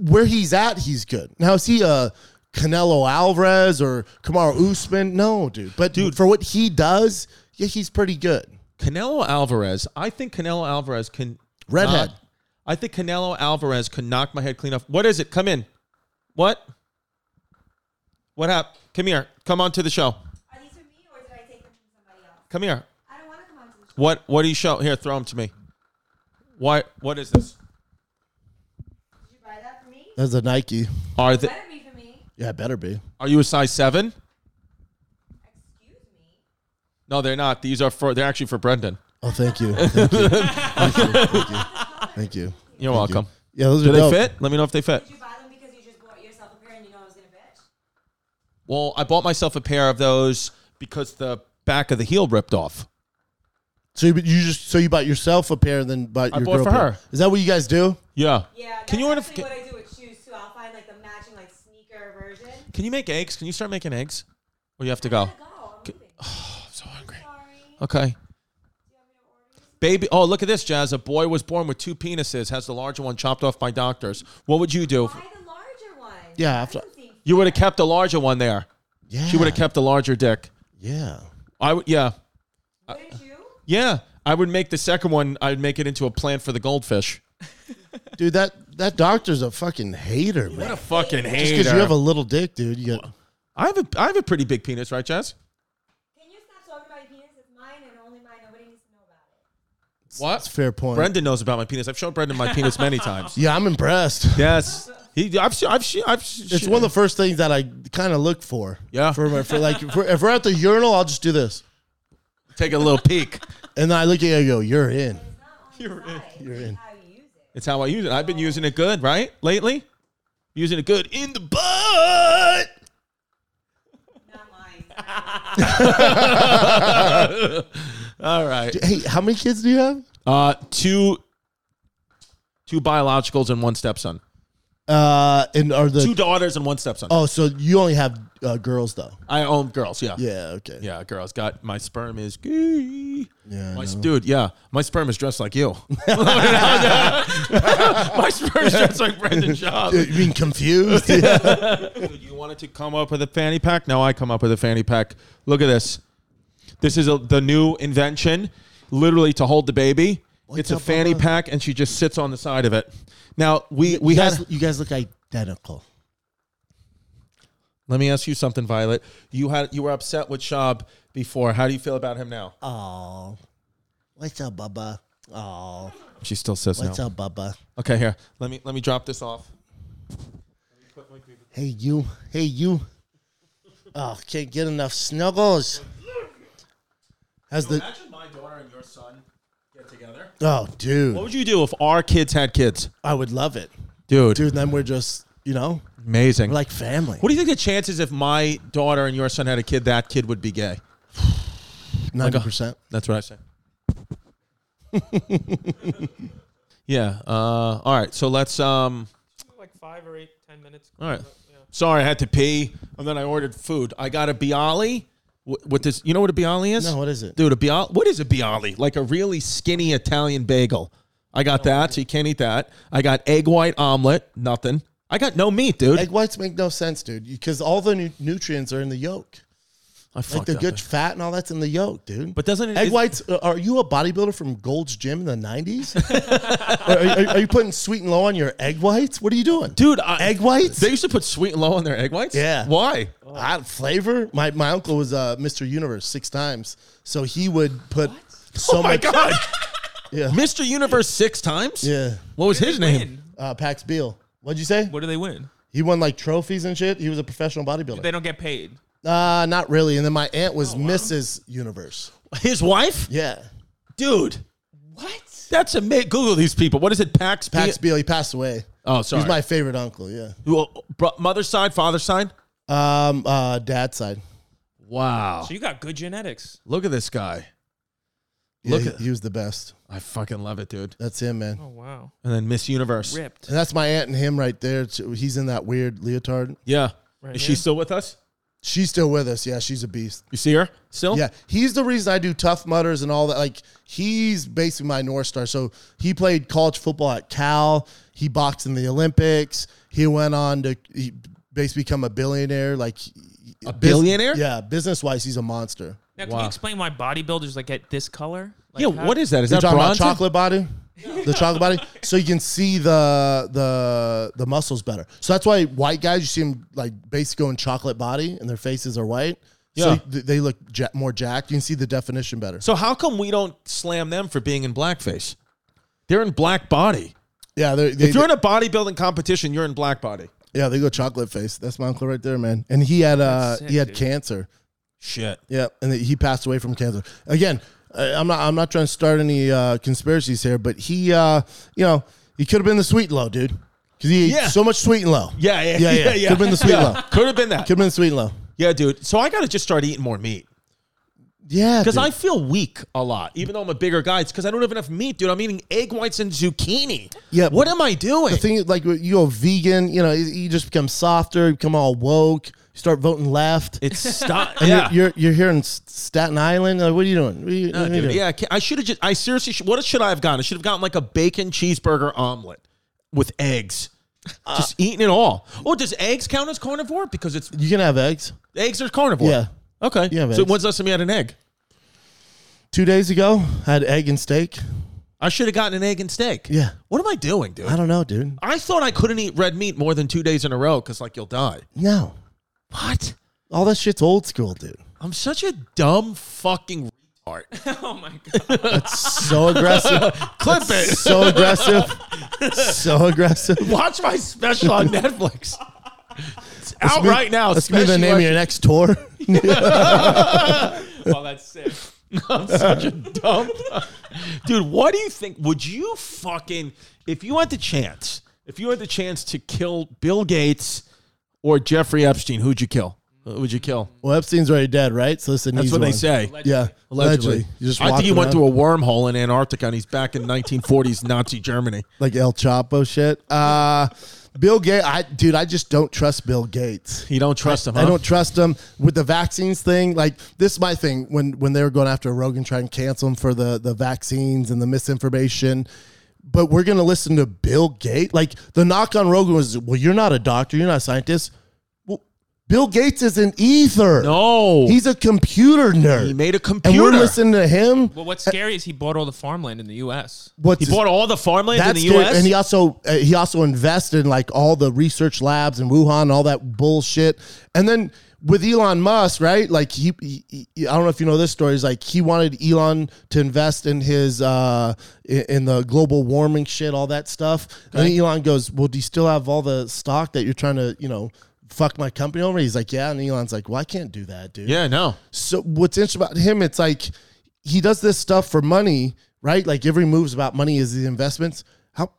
Where he's at, he's good. Now is he a Canelo Alvarez or Kamaru Usman? No, dude. But dude, for what he does, yeah, he's pretty good. Canelo Alvarez. I think Canelo Alvarez can Redhead. knock- I think Canelo Alvarez can knock my head clean off. What is it? Come in. What? What happened? Come here. Come on to the show. Are these for me or did I take them from somebody else? Come here. I don't want to come on to the show. What what do you show? Here, throw them to me. What what is this? Did you buy that for me? That's a Nike. Are the, Better be for me. Yeah, it better be. are you a size seven? Excuse me. No, they're not. These are for they're actually for Brendan. Oh, thank you. Thank you. Thank you. Thank you. Thank you. You're welcome. Yeah, those are Do they dope. fit? Let me know if they fit. Did you buy them because you just bought yourself a pair and you know I was gonna bitch? Well, I bought myself a pair of those because the back of the heel ripped off. So you, you just so you bought yourself a pair, then bought I your bought girl for pair. her. Is that what you guys do? Yeah. Yeah, that's Can you order? actually what I do with shoes too. I'll find like the matching like sneaker version. Can you make eggs? Can you start making eggs? Or you have to go. Go, I'm leaving. I'm so hungry. Sorry. Okay. Baby, oh look at this, Jazz. A boy was born with two penises. Has the larger one chopped off by doctors. What would you do? Buy the larger one. Yeah, after- That doesn't seem You would have kept the larger one there. Yeah. She would have kept the larger dick. Yeah. I would. Yeah. Wouldn't you? Yeah, I would make the second one. I'd make it into a plant for the goldfish. Dude, that that doctor's a fucking hater, man. A fucking Just hater. because you have a little dick, dude. You got, I have a, I have a pretty big penis, right, Jess? Can you stop talking about your penis? It's mine and only mine. Nobody needs to know about it. that's a fair point. Brendan knows about my penis. I've shown Brendan my penis many times. Yeah, I'm impressed. Yes, he. I've. se- I've. se- I've. se- It's one of the first things that I kind of look for. Yeah. For, my- for like, for, if we're at the urinal, I'll just do this, take a little peek. and then I look at you and go, "You're in." It's not on your side. You're in. How you use it. It's how I use it. I've been using it good, right? Lately, using it good in the butt. Not mine. All right. Hey, how many kids do you have? Uh, two. Two biologicals and one stepson. Uh, and are the Two daughters and one stepson. oh, so you only have uh, girls though? I own girls. Yeah. Yeah. Okay. Yeah, girls got my sperm is gay. Yeah, I my, know. dude. Yeah, my sperm is dressed like you. my sperm is dressed like Brendan Schaub. You mean confused? Yeah. Dude, you wanted to come up with a fanny pack? Now I come up with a fanny pack. Look at this. This is a, the new invention, literally to hold the baby. Like it's a up fanny above? pack, and she just sits on the side of it. Now we we you had. guys, you guys look identical. Let me ask you something, Violet. You had you were upset with Shab before. How do you feel about him now? Oh, what's up, Bubba? Oh, She still says what's no. up, Bubba? Okay, here. Let me let me drop this off. Hey you, hey you. Oh, can't get enough snuggles. How's the? Imagine my daughter and your son get together. Oh, What dude, would you do if our kids had kids, I would love it, dude? dude. Then we're just, you know, amazing. we're like family. what do you think the chances if my daughter and your son had a kid, that kid would be gay? Ninety percent. That's what I say. yeah. Uh, all right. So let's. Um, Like five or eight, ten minutes. all right. Sorry, I had to pee, and then I ordered food. I got a bialy. Wh- What this? You know what a bialy is? No, what is it? dude? A bialy. What is a bialy? Like a really skinny Italian bagel. I got that, so you can't eat that. I got egg white omelet. Nothing. I got no meat, dude. Egg whites make no sense, dude, because all the nu- nutrients are in the yolk. I Like fucked the up. good fat and all that's in the yolk, dude. But doesn't it- egg is- whites? uh, Are you a bodybuilder from Gold's Gym in the nineties? are, are- are you putting sweet and low on your egg whites? What are you doing, dude. I, Egg whites? They used to put sweet and low on their egg whites. Yeah. Why? I, flavor. My my uncle was uh, Mr. Universe six times, so he would put so oh my much. god. Yeah. Mr. Universe six times? Yeah, What was his name? uh, Pax Beal. What'd you say? What do they win? He won like trophies and shit. He was a professional They bodybuilder. don't get paid. Uh, not really. And then my aunt was Mrs. Universe. His wife? Yeah, Dude. What? That's a ama- Google these people. What is it? Pax. Be- Pax Beal. He passed away. oh, sorry. He's my favorite uncle. Yeah. Well, bro- mother's side, father's side. Um. Uh. Dad's side. Wow. So you got good genetics. Look at this guy. Yeah, Look he, at- he was the best. I fucking love it, dude. That's him, man. Oh wow, And then Miss Universe. ripped. And that's my aunt and him right there. too. He's in that weird leotard. Yeah. Right is she here? still with us? She's still with us. Yeah, she's a beast. You see her still? Yeah, he's the reason I do tough mutters and all that. Like he's basically my north star. So he played college football at Cal. He boxed in the Olympics. He went on to he basically become a billionaire. Like A billionaire? yeah, business wise, he's a monster. Now, can Wow. you explain why bodybuilders like get this color? Like yeah. how- What is that? Is You're that talking bronze? about chocolate body? The chocolate body, so you can see the the the muscles better. So that's why white guys, you see them like basically going chocolate body, and their faces are white. Yeah. So th- they look ja- more jacked. You can see the definition better. So how come we don't slam them for being in blackface? They're in black body. Yeah, they're, they, If you're in a bodybuilding competition, you're in black body. Yeah, they go chocolate face. That's my uncle right there, man. And he had uh That's sick, he had dude. cancer. Shit. Yeah, and he passed away from cancer. Again, I- I'm not I'm not trying to start any uh, conspiracies here, but he uh you know he could have been the sweet and low dude because he Yeah. ate so much sweet and low. Yeah, yeah, yeah, yeah. Could have been the sweet and low. Could have been that. Could have been the sweet and low. Yeah, dude. So I got to just start eating more meat Yeah, because dude. I feel weak a lot, even though I'm a bigger guy. It's because I don't have enough meat, dude. I'm eating egg whites and zucchini. Yeah, What but am I doing? the thing is, like you go vegan, you know, you- you just become softer, you become all woke, you start voting left. it's stop. And you're- yeah. you're, you're here in S- Staten Island. Like, what are you doing? What are you, what are you Dude, doing? yeah, I can't- I should have just. I seriously. Should, what should I have gotten? I should have gotten like a bacon cheeseburger omelet with eggs. Ah. Just eating it all. Oh, does eggs count as carnivore? Because it's You can have eggs. eggs are carnivore. Yeah. Okay. You have so eggs. when's the last time you had an egg? Two days ago, I had egg and steak. I should have gotten an egg and steak. Yeah. What am I doing, dude? I don't know, dude. I thought I couldn't eat red meat more than two days in a row because, like, you'll die. No. What? All that shit's old school, dude. I'm such a dumb fucking retard. Oh my god. So aggressive. Clip it. so aggressive. So aggressive. Watch my special on Netflix. It's out right now. That's gonna be the Special name of your edition. next tour. well, that's sick. I'm such a dumb. Dude, what do you think? Would you fucking, if you had the chance, if you had the chance to kill Bill Gates or Jeffrey Epstein, who'd you kill? Who would you kill? Well, Epstein's already dead, right? So this is an That's easy what they say. one. Yeah, Allegedly. allegedly. You just I think he walk went around through a wormhole in Antarctica and he's back in 1940s Nazi Germany. like El Chapo shit. Uh, Bill Gates, I dude, I just don't trust Bill Gates. You don't trust him, huh? I don't trust him with the vaccines thing. Like this is my thing when when they were going after Rogan trying to cancel him for the the vaccines and the misinformation. But we're gonna listen to Bill Gates. Like the knock on Rogan was, well, you're not a doctor, you're not a scientist. Well, Bill Gates isn't either. No. He's a computer nerd. He made a And we're computer. listening to him. Well, what's scary is he bought all the farmland in the U.S. What's he bought all the farmland in that's the scary. U.S. And he also uh, he also invested in like all the research labs in Wuhan and all that bullshit. And then with Elon Musk, right? Like he, he- he- I don't know if you know this story. Is like he wanted Elon to invest in his uh in, in the global warming shit, all that stuff. And then Elon goes, "Well, do you still have all the stock that you're trying to, you know?" Fuck my company over. He's like, yeah, and Elon's like, well, I can't do that, dude yeah, no. so what's interesting about him it's like he does this stuff for money right like every move's about money is the investments how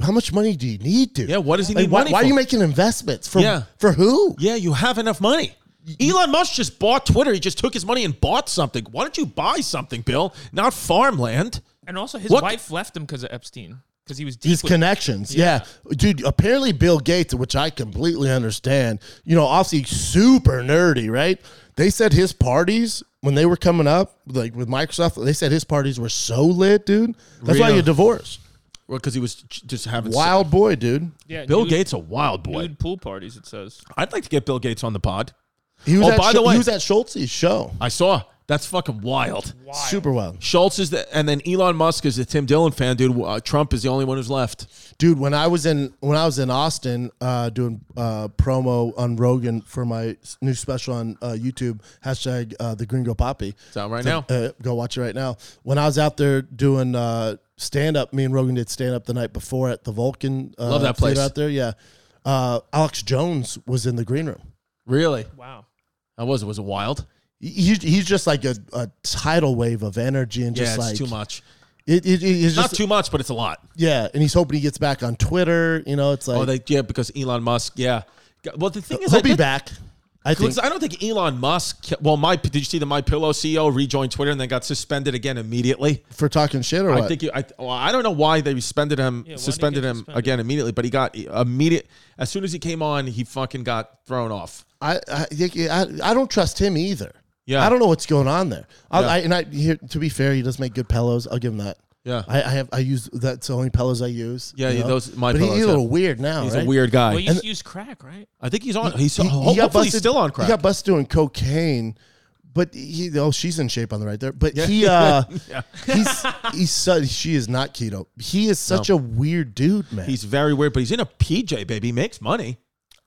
how much money do you need to Yeah, what does he like, need why, money why are for? you making investments for Yeah. for who Yeah, you have enough money. Elon Musk just bought Twitter. He just took his money and bought something. Why don't you buy something, Bill? Not farmland. And also, his What- wife left him because of Epstein, because he was deep these with- connections yeah. dude apparently bill gates which i completely understand you know obviously super nerdy right they said his parties when they were coming up like with microsoft they said his parties were so lit dude that's why Really? you divorce Well, because he was j- just having se- wild boy dude Yeah, Bill nude- Gates a wild boy. Nude pool parties, it says. I'd like to get Bill Gates on the pod. he was, Oh, at, by Sch- the way- he was at schultz's show I saw. That's fucking wild. super wild Schultz is the, and then Elon Musk is a Tim Dillon fan, dude. Uh, Trump is the only one who's left. dude when i was in when i was in austin uh, doing uh, promo on rogan for my s- new special on uh, youtube hashtag uh, the gringo poppy It's out right now. uh, go watch it right now when i was out there doing uh, stand up me and rogan did stand up the night before at the vulcan uh, Love that theater place. out there yeah uh, alex jones was in the green room Really? Wow. That was it. Was it wild? he, he's just like a, a tidal wave of energy and Yeah, just it's like too much. It, it, it's Not just too much, but it's a lot. yeah, and he's hoping he gets back on Twitter. You know, it's like Oh, they yeah, because Elon Musk. Yeah. G- Well, the thing is, he'll I be think- back. I think Because I don't think Elon Musk. Well, my did you see the My Pillow CEO rejoined Twitter and then got suspended again immediately? for talking shit or what? I think you, I well, I don't know why they suspended him why'd he suspended get him suspended? again immediately, but he got immediate as soon as he came on, he fucking got thrown off. I, I think- I I don't trust him either. Yeah. I don't know what's going on there. I, Yeah. I, and I here, to be fair, he does make good pillows. I'll give him that. Yeah. I, I have I use that's the only pillows I use. Yeah, you yeah, know? those- my But he- pillows, he's a yeah. little weird now. He's right? a weird guy. Well, you just use crack, right? I think he's on. He's ho- he got hopefully he's busted- still on crack. He got busted doing cocaine, but he oh she's in shape on the right there. But he uh he's he's su- she is not keto. He is such a weird dude, man. he's very weird, but he's in a PJ baby. He makes money.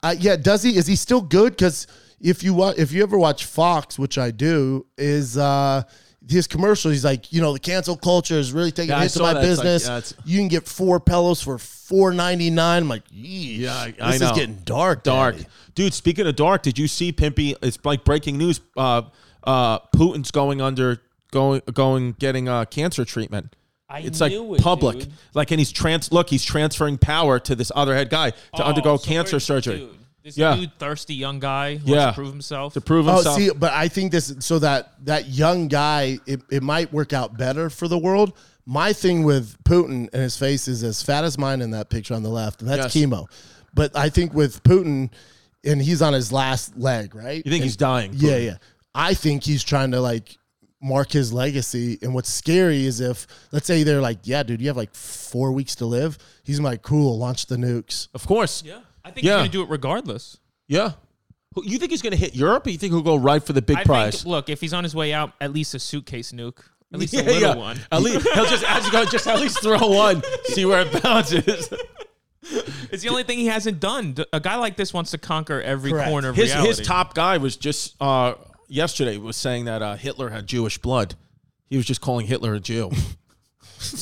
Uh, yeah, does he? Is he still good? Because if you wa- if you ever watch Fox, which I do, is uh, his commercial. He's like, you know, the cancel culture is really taking Yeah, a I hit to saw my that. It's like, business. yeah, it's- you can get four pillows for four ninety nine. I'm like, yeah, I- this I know. is getting dark, Dark, daddy. dude. Speaking of dark, did you see Pimpy? It's like breaking news. Uh, uh, Putin's going under going going getting uh, cancer treatment. I it's knew like it, public, dude. like, and he's trans. Look, he's transferring power to this other head guy to undergo cancer surgery this Yeah. Oh, dude, thirsty young guy who Yeah. wants to prove himself. to prove Oh, himself. see, but I think this so that that young guy, it, it might work out better for the world. My thing with Putin and his face is as fat as mine in that picture on the left, and that's Yes. chemo. But I think with Putin, and he's on his last leg, right? you think he's dying? Yeah, Putin? yeah. I think he's trying to like mark his legacy. And what's scary is if let's say they're like, "Yeah, dude, you have like four weeks to live." He's like, "Cool, launch the nukes." Of course. yeah. I think Yeah. he's gonna do it regardless. Yeah. Who- You think he's going to hit Europe? Or you think he'll go right for the big I prize? think, look, if he's on his way out, at least a suitcase nuke, at least a Yeah, little yeah. one. At least he'll just, just go, just at least throw one, see where it bounces. It's the only thing he hasn't done. D- A guy like this wants to conquer every Correct. corner of His reality. his top guy was just uh, yesterday was saying that uh, Hitler had Jewish blood. He was just calling Hitler a Jew.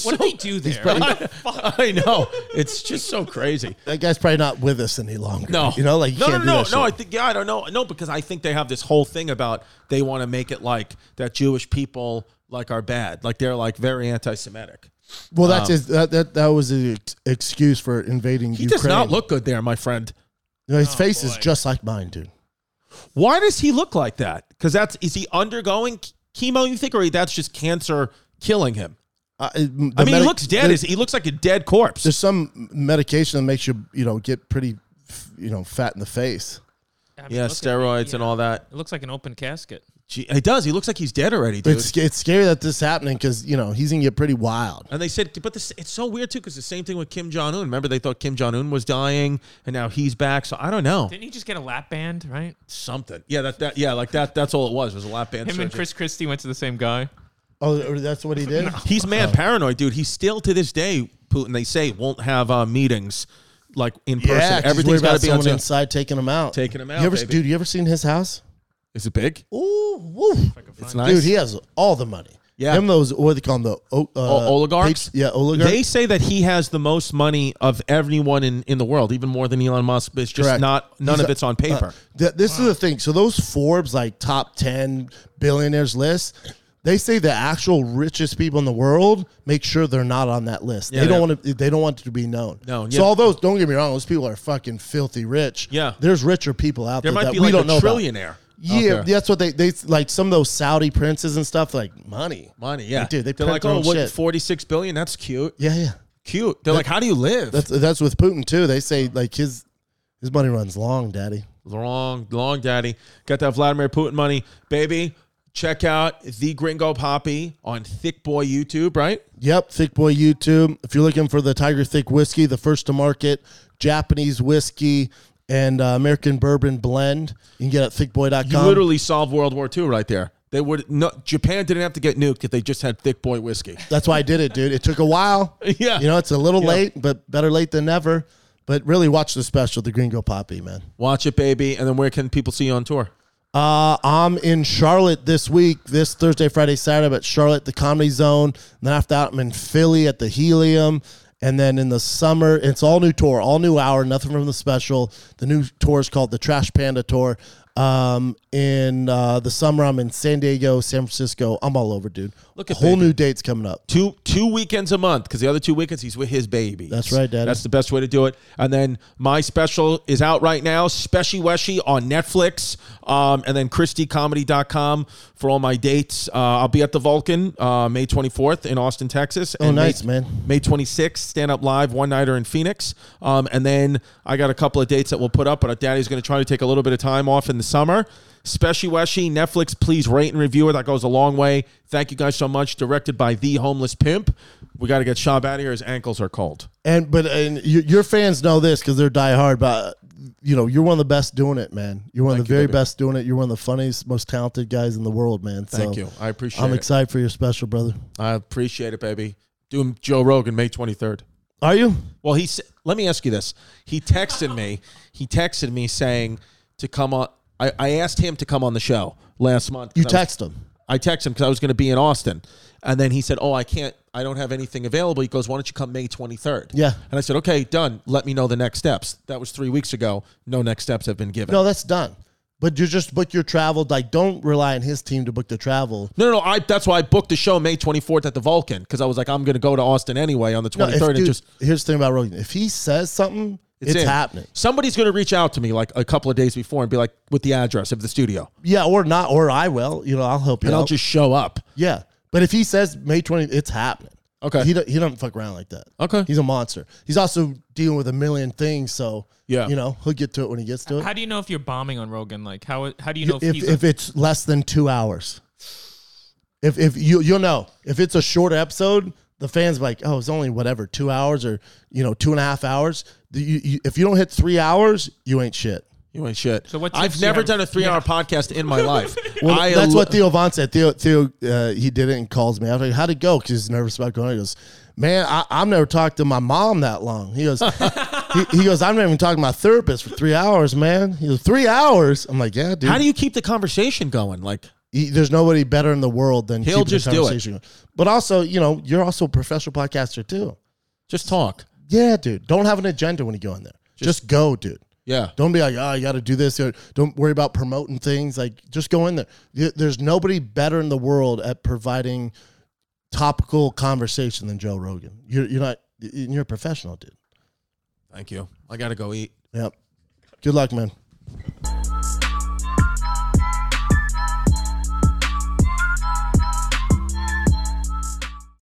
What did they do there? I, I know it's just so crazy. That guy's probably not with us any longer. No, you know, like you no, can't do no, no, that no. shit. I think yeah, I don't know, no, because I think they have this whole thing about they want to make it like that Jewish people like are bad, like they're like very anti-Semitic. Well, that's his, that, that that was his ex- excuse for invading Um, He Ukraine. does not look Oh, good there, my friend. You know, his face is just like mine, dude. Why does he look like that? Because that's is he undergoing chemo? You think, or that's just cancer killing him? I, I mean, I mean, he looks dead. Is he looks like a dead corpse? There's some medication that makes you, you know, get pretty, you know, fat in the face. I mean, Yeah, look at- uh, steroids and all that. It looks like an open casket. Gee, he does. He looks like he's dead already, dude. It's it's scary that this is happening because you know he's gonna get pretty wild. and they said, but this, it's so weird too, because the same thing with Kim Jong Un. Remember, they thought Kim Jong Un was dying, and now he's back. So I don't know. Didn't he just get a lap band, right? Something. Yeah, that, that. Yeah, like that. That's all it was. Was a lap band. Him and surgery. Chris Christie went to the same guy. Oh, or that's what he did. He's mad paranoid, dude. He's still to this day, Putin. They say won't have uh, meetings like in person. Yeah, 'cause he's Everything's worried got about to be on someone Zoom. inside taking him out. Taking him out, You ever, baby. dude? You ever seen his house? Is it big? Ooh, woo. It's nice. dude, he has all the money. Yeah. him those what they call them, the o- uh, O- oligarchs? pat- yeah, oligarchs. They say that he has the most money of everyone in, in the world, even more than Elon Musk. But it's just Correct. not none He's of a- uh, it's on paper. Th- this is the thing. So those Forbes like top ten billionaires list, they say the actual richest people in the world make sure they're not on that list. Yeah, they don't they're- want to. They don't want it to be known. No, yeah. So all those don't get me wrong. Those people are fucking filthy rich. Yeah. There's richer people out there there, might that be we like don't know a about. trillionaire. out Yeah, there. that's what they they like. Some of those Saudi princes and stuff like money, Money, yeah, Like, dude. They are print like, their oh, own what, shit. forty-six billion? That's cute, yeah, yeah. cute. They're like, how do you live? That's that's with Putin too. They say like his his money runs long, daddy. long, long daddy. Got that Vladimir Putin money, baby. Check out the Gringo Poppy on Thick Boy YouTube, right? Yep, Thick Boy YouTube. If you're looking for the Tiger Thick whiskey, the first to market Japanese whiskey and uh, American bourbon blend, you can get it at thickboy.com. You literally solved World War II right there. They would no Japan didn't have to get nuked if they just had Thick Boy whiskey. That's why I did it, dude. It took a while. Yeah. You know, it's a little late, but better late than never. But really watch the special, The Gringo Poppy, man. Watch it, baby. And then where can people see you on tour? Uh, I'm in Charlotte this week, this Thursday, Friday, Saturday, but Charlotte, the Comedy Zone. And then after that, I'm in Philly at the Helium. And then in the summer, it's all new tour, all new hour, nothing from the special. The new tour is called the Trash Panda Tour. Um, in uh, the summer, I'm in San Diego, San Francisco. I'm all over, dude. Look at whole baby. new dates coming up. two two weekends a month because the other two weekends he's with his baby. That's right, Daddy. That's the best way to do it. And then my special is out right now, Speshy Weshy on Netflix, um, and then ChristyComedy.com for all my dates. Uh, I'll be at the Vulcan uh, May 24th in Austin, Texas. Oh, nice, man. May 26th, stand up live, one nighter in Phoenix. Um, and then I got a couple of dates that we'll put up, but Daddy's going to try to take a little bit of time off in the summer. Speshy Weshy, Netflix, please rate and review it. That goes a long way. Thank you guys so much. Directed by The Homeless Pimp. We got to get Shab out of here. His ankles are cold. And but and your, your fans know this because they're diehard. But you know, you're one of the best doing it, man. You're one of the you, very baby. best doing it. You're one of the funniest, most talented guys in the world, man. So Thank you. I appreciate I'm it. excited for your special, brother. I appreciate it, baby. Do him Joe Rogan, May 23rd. Are you? Well, he s- let me ask you this. He texted me. He texted me saying to come on. I, I asked him to come on the show last month. You 'cause I was- text him. I texted him because I was going to be in Austin, and then he said, "Oh, I can't. I don't have anything available." He goes, "Why don't you come May 23rd? Yeah. And I said, "Okay, done. Let me know the next steps." That was three weeks ago. No next steps have been given. No, that's done. But you just book your travel. Like, don't rely on his team to book the travel. No, no, no. I that's why I booked the show May 24th at the Vulcan because I was like, I'm going to go to Austin anyway on the 23rd No, if, and dude, just here's the thing about Rogan. If he says something, it's, in. happening. Somebody's going to reach out to me like a couple of days before and be like, with the address of the studio, Yeah, or not, or I will. You know, I'll help you and I'll out. just show up. yeah, but if he says May 20, it's happening. Okay. he don't, he doesn't fuck around like that. Okay. he's a monster. He's also dealing with a million things, so Yeah. you know he'll get to it when he gets to it. How do you know if you're bombing on Rogan? Like, how how do you know if, if, he's if it's less than two hours. If if you you'll know if it's a short episode, the fans like oh it's only whatever two hours or you know two and a half hours. The- you- you- if you don't hit three hours, you ain't shit. You ain't shit. So what tips I've do you never have- done a three-hour podcast in my life. Well, I that's lo- what Theo Vaughn said. Theo Theo uh, he did it and calls me. I was like, how'd it go? Because he's nervous about going. He goes, man, I, I've never talked to my mom that long. He goes. He, he goes, I'm not even talking to my therapist for three hours, man. He goes, three hours? I'm like, yeah, dude. How do you keep the conversation going? Like, he, there's nobody better in the world than He'll keeping the just do it. conversation going. But also, you know, you're also a professional podcaster too. just talk. Yeah, dude. Don't have an agenda when you go in there. Just, go, dude. Yeah. Don't be like, oh, you got to do this. Or don't worry about promoting things. Like, just go in there. There- There's nobody better in the world at providing topical conversation than Joe Rogan. You're, you're not. You're a professional, dude. Thank you. I got to go eat. Yep. Good luck, man.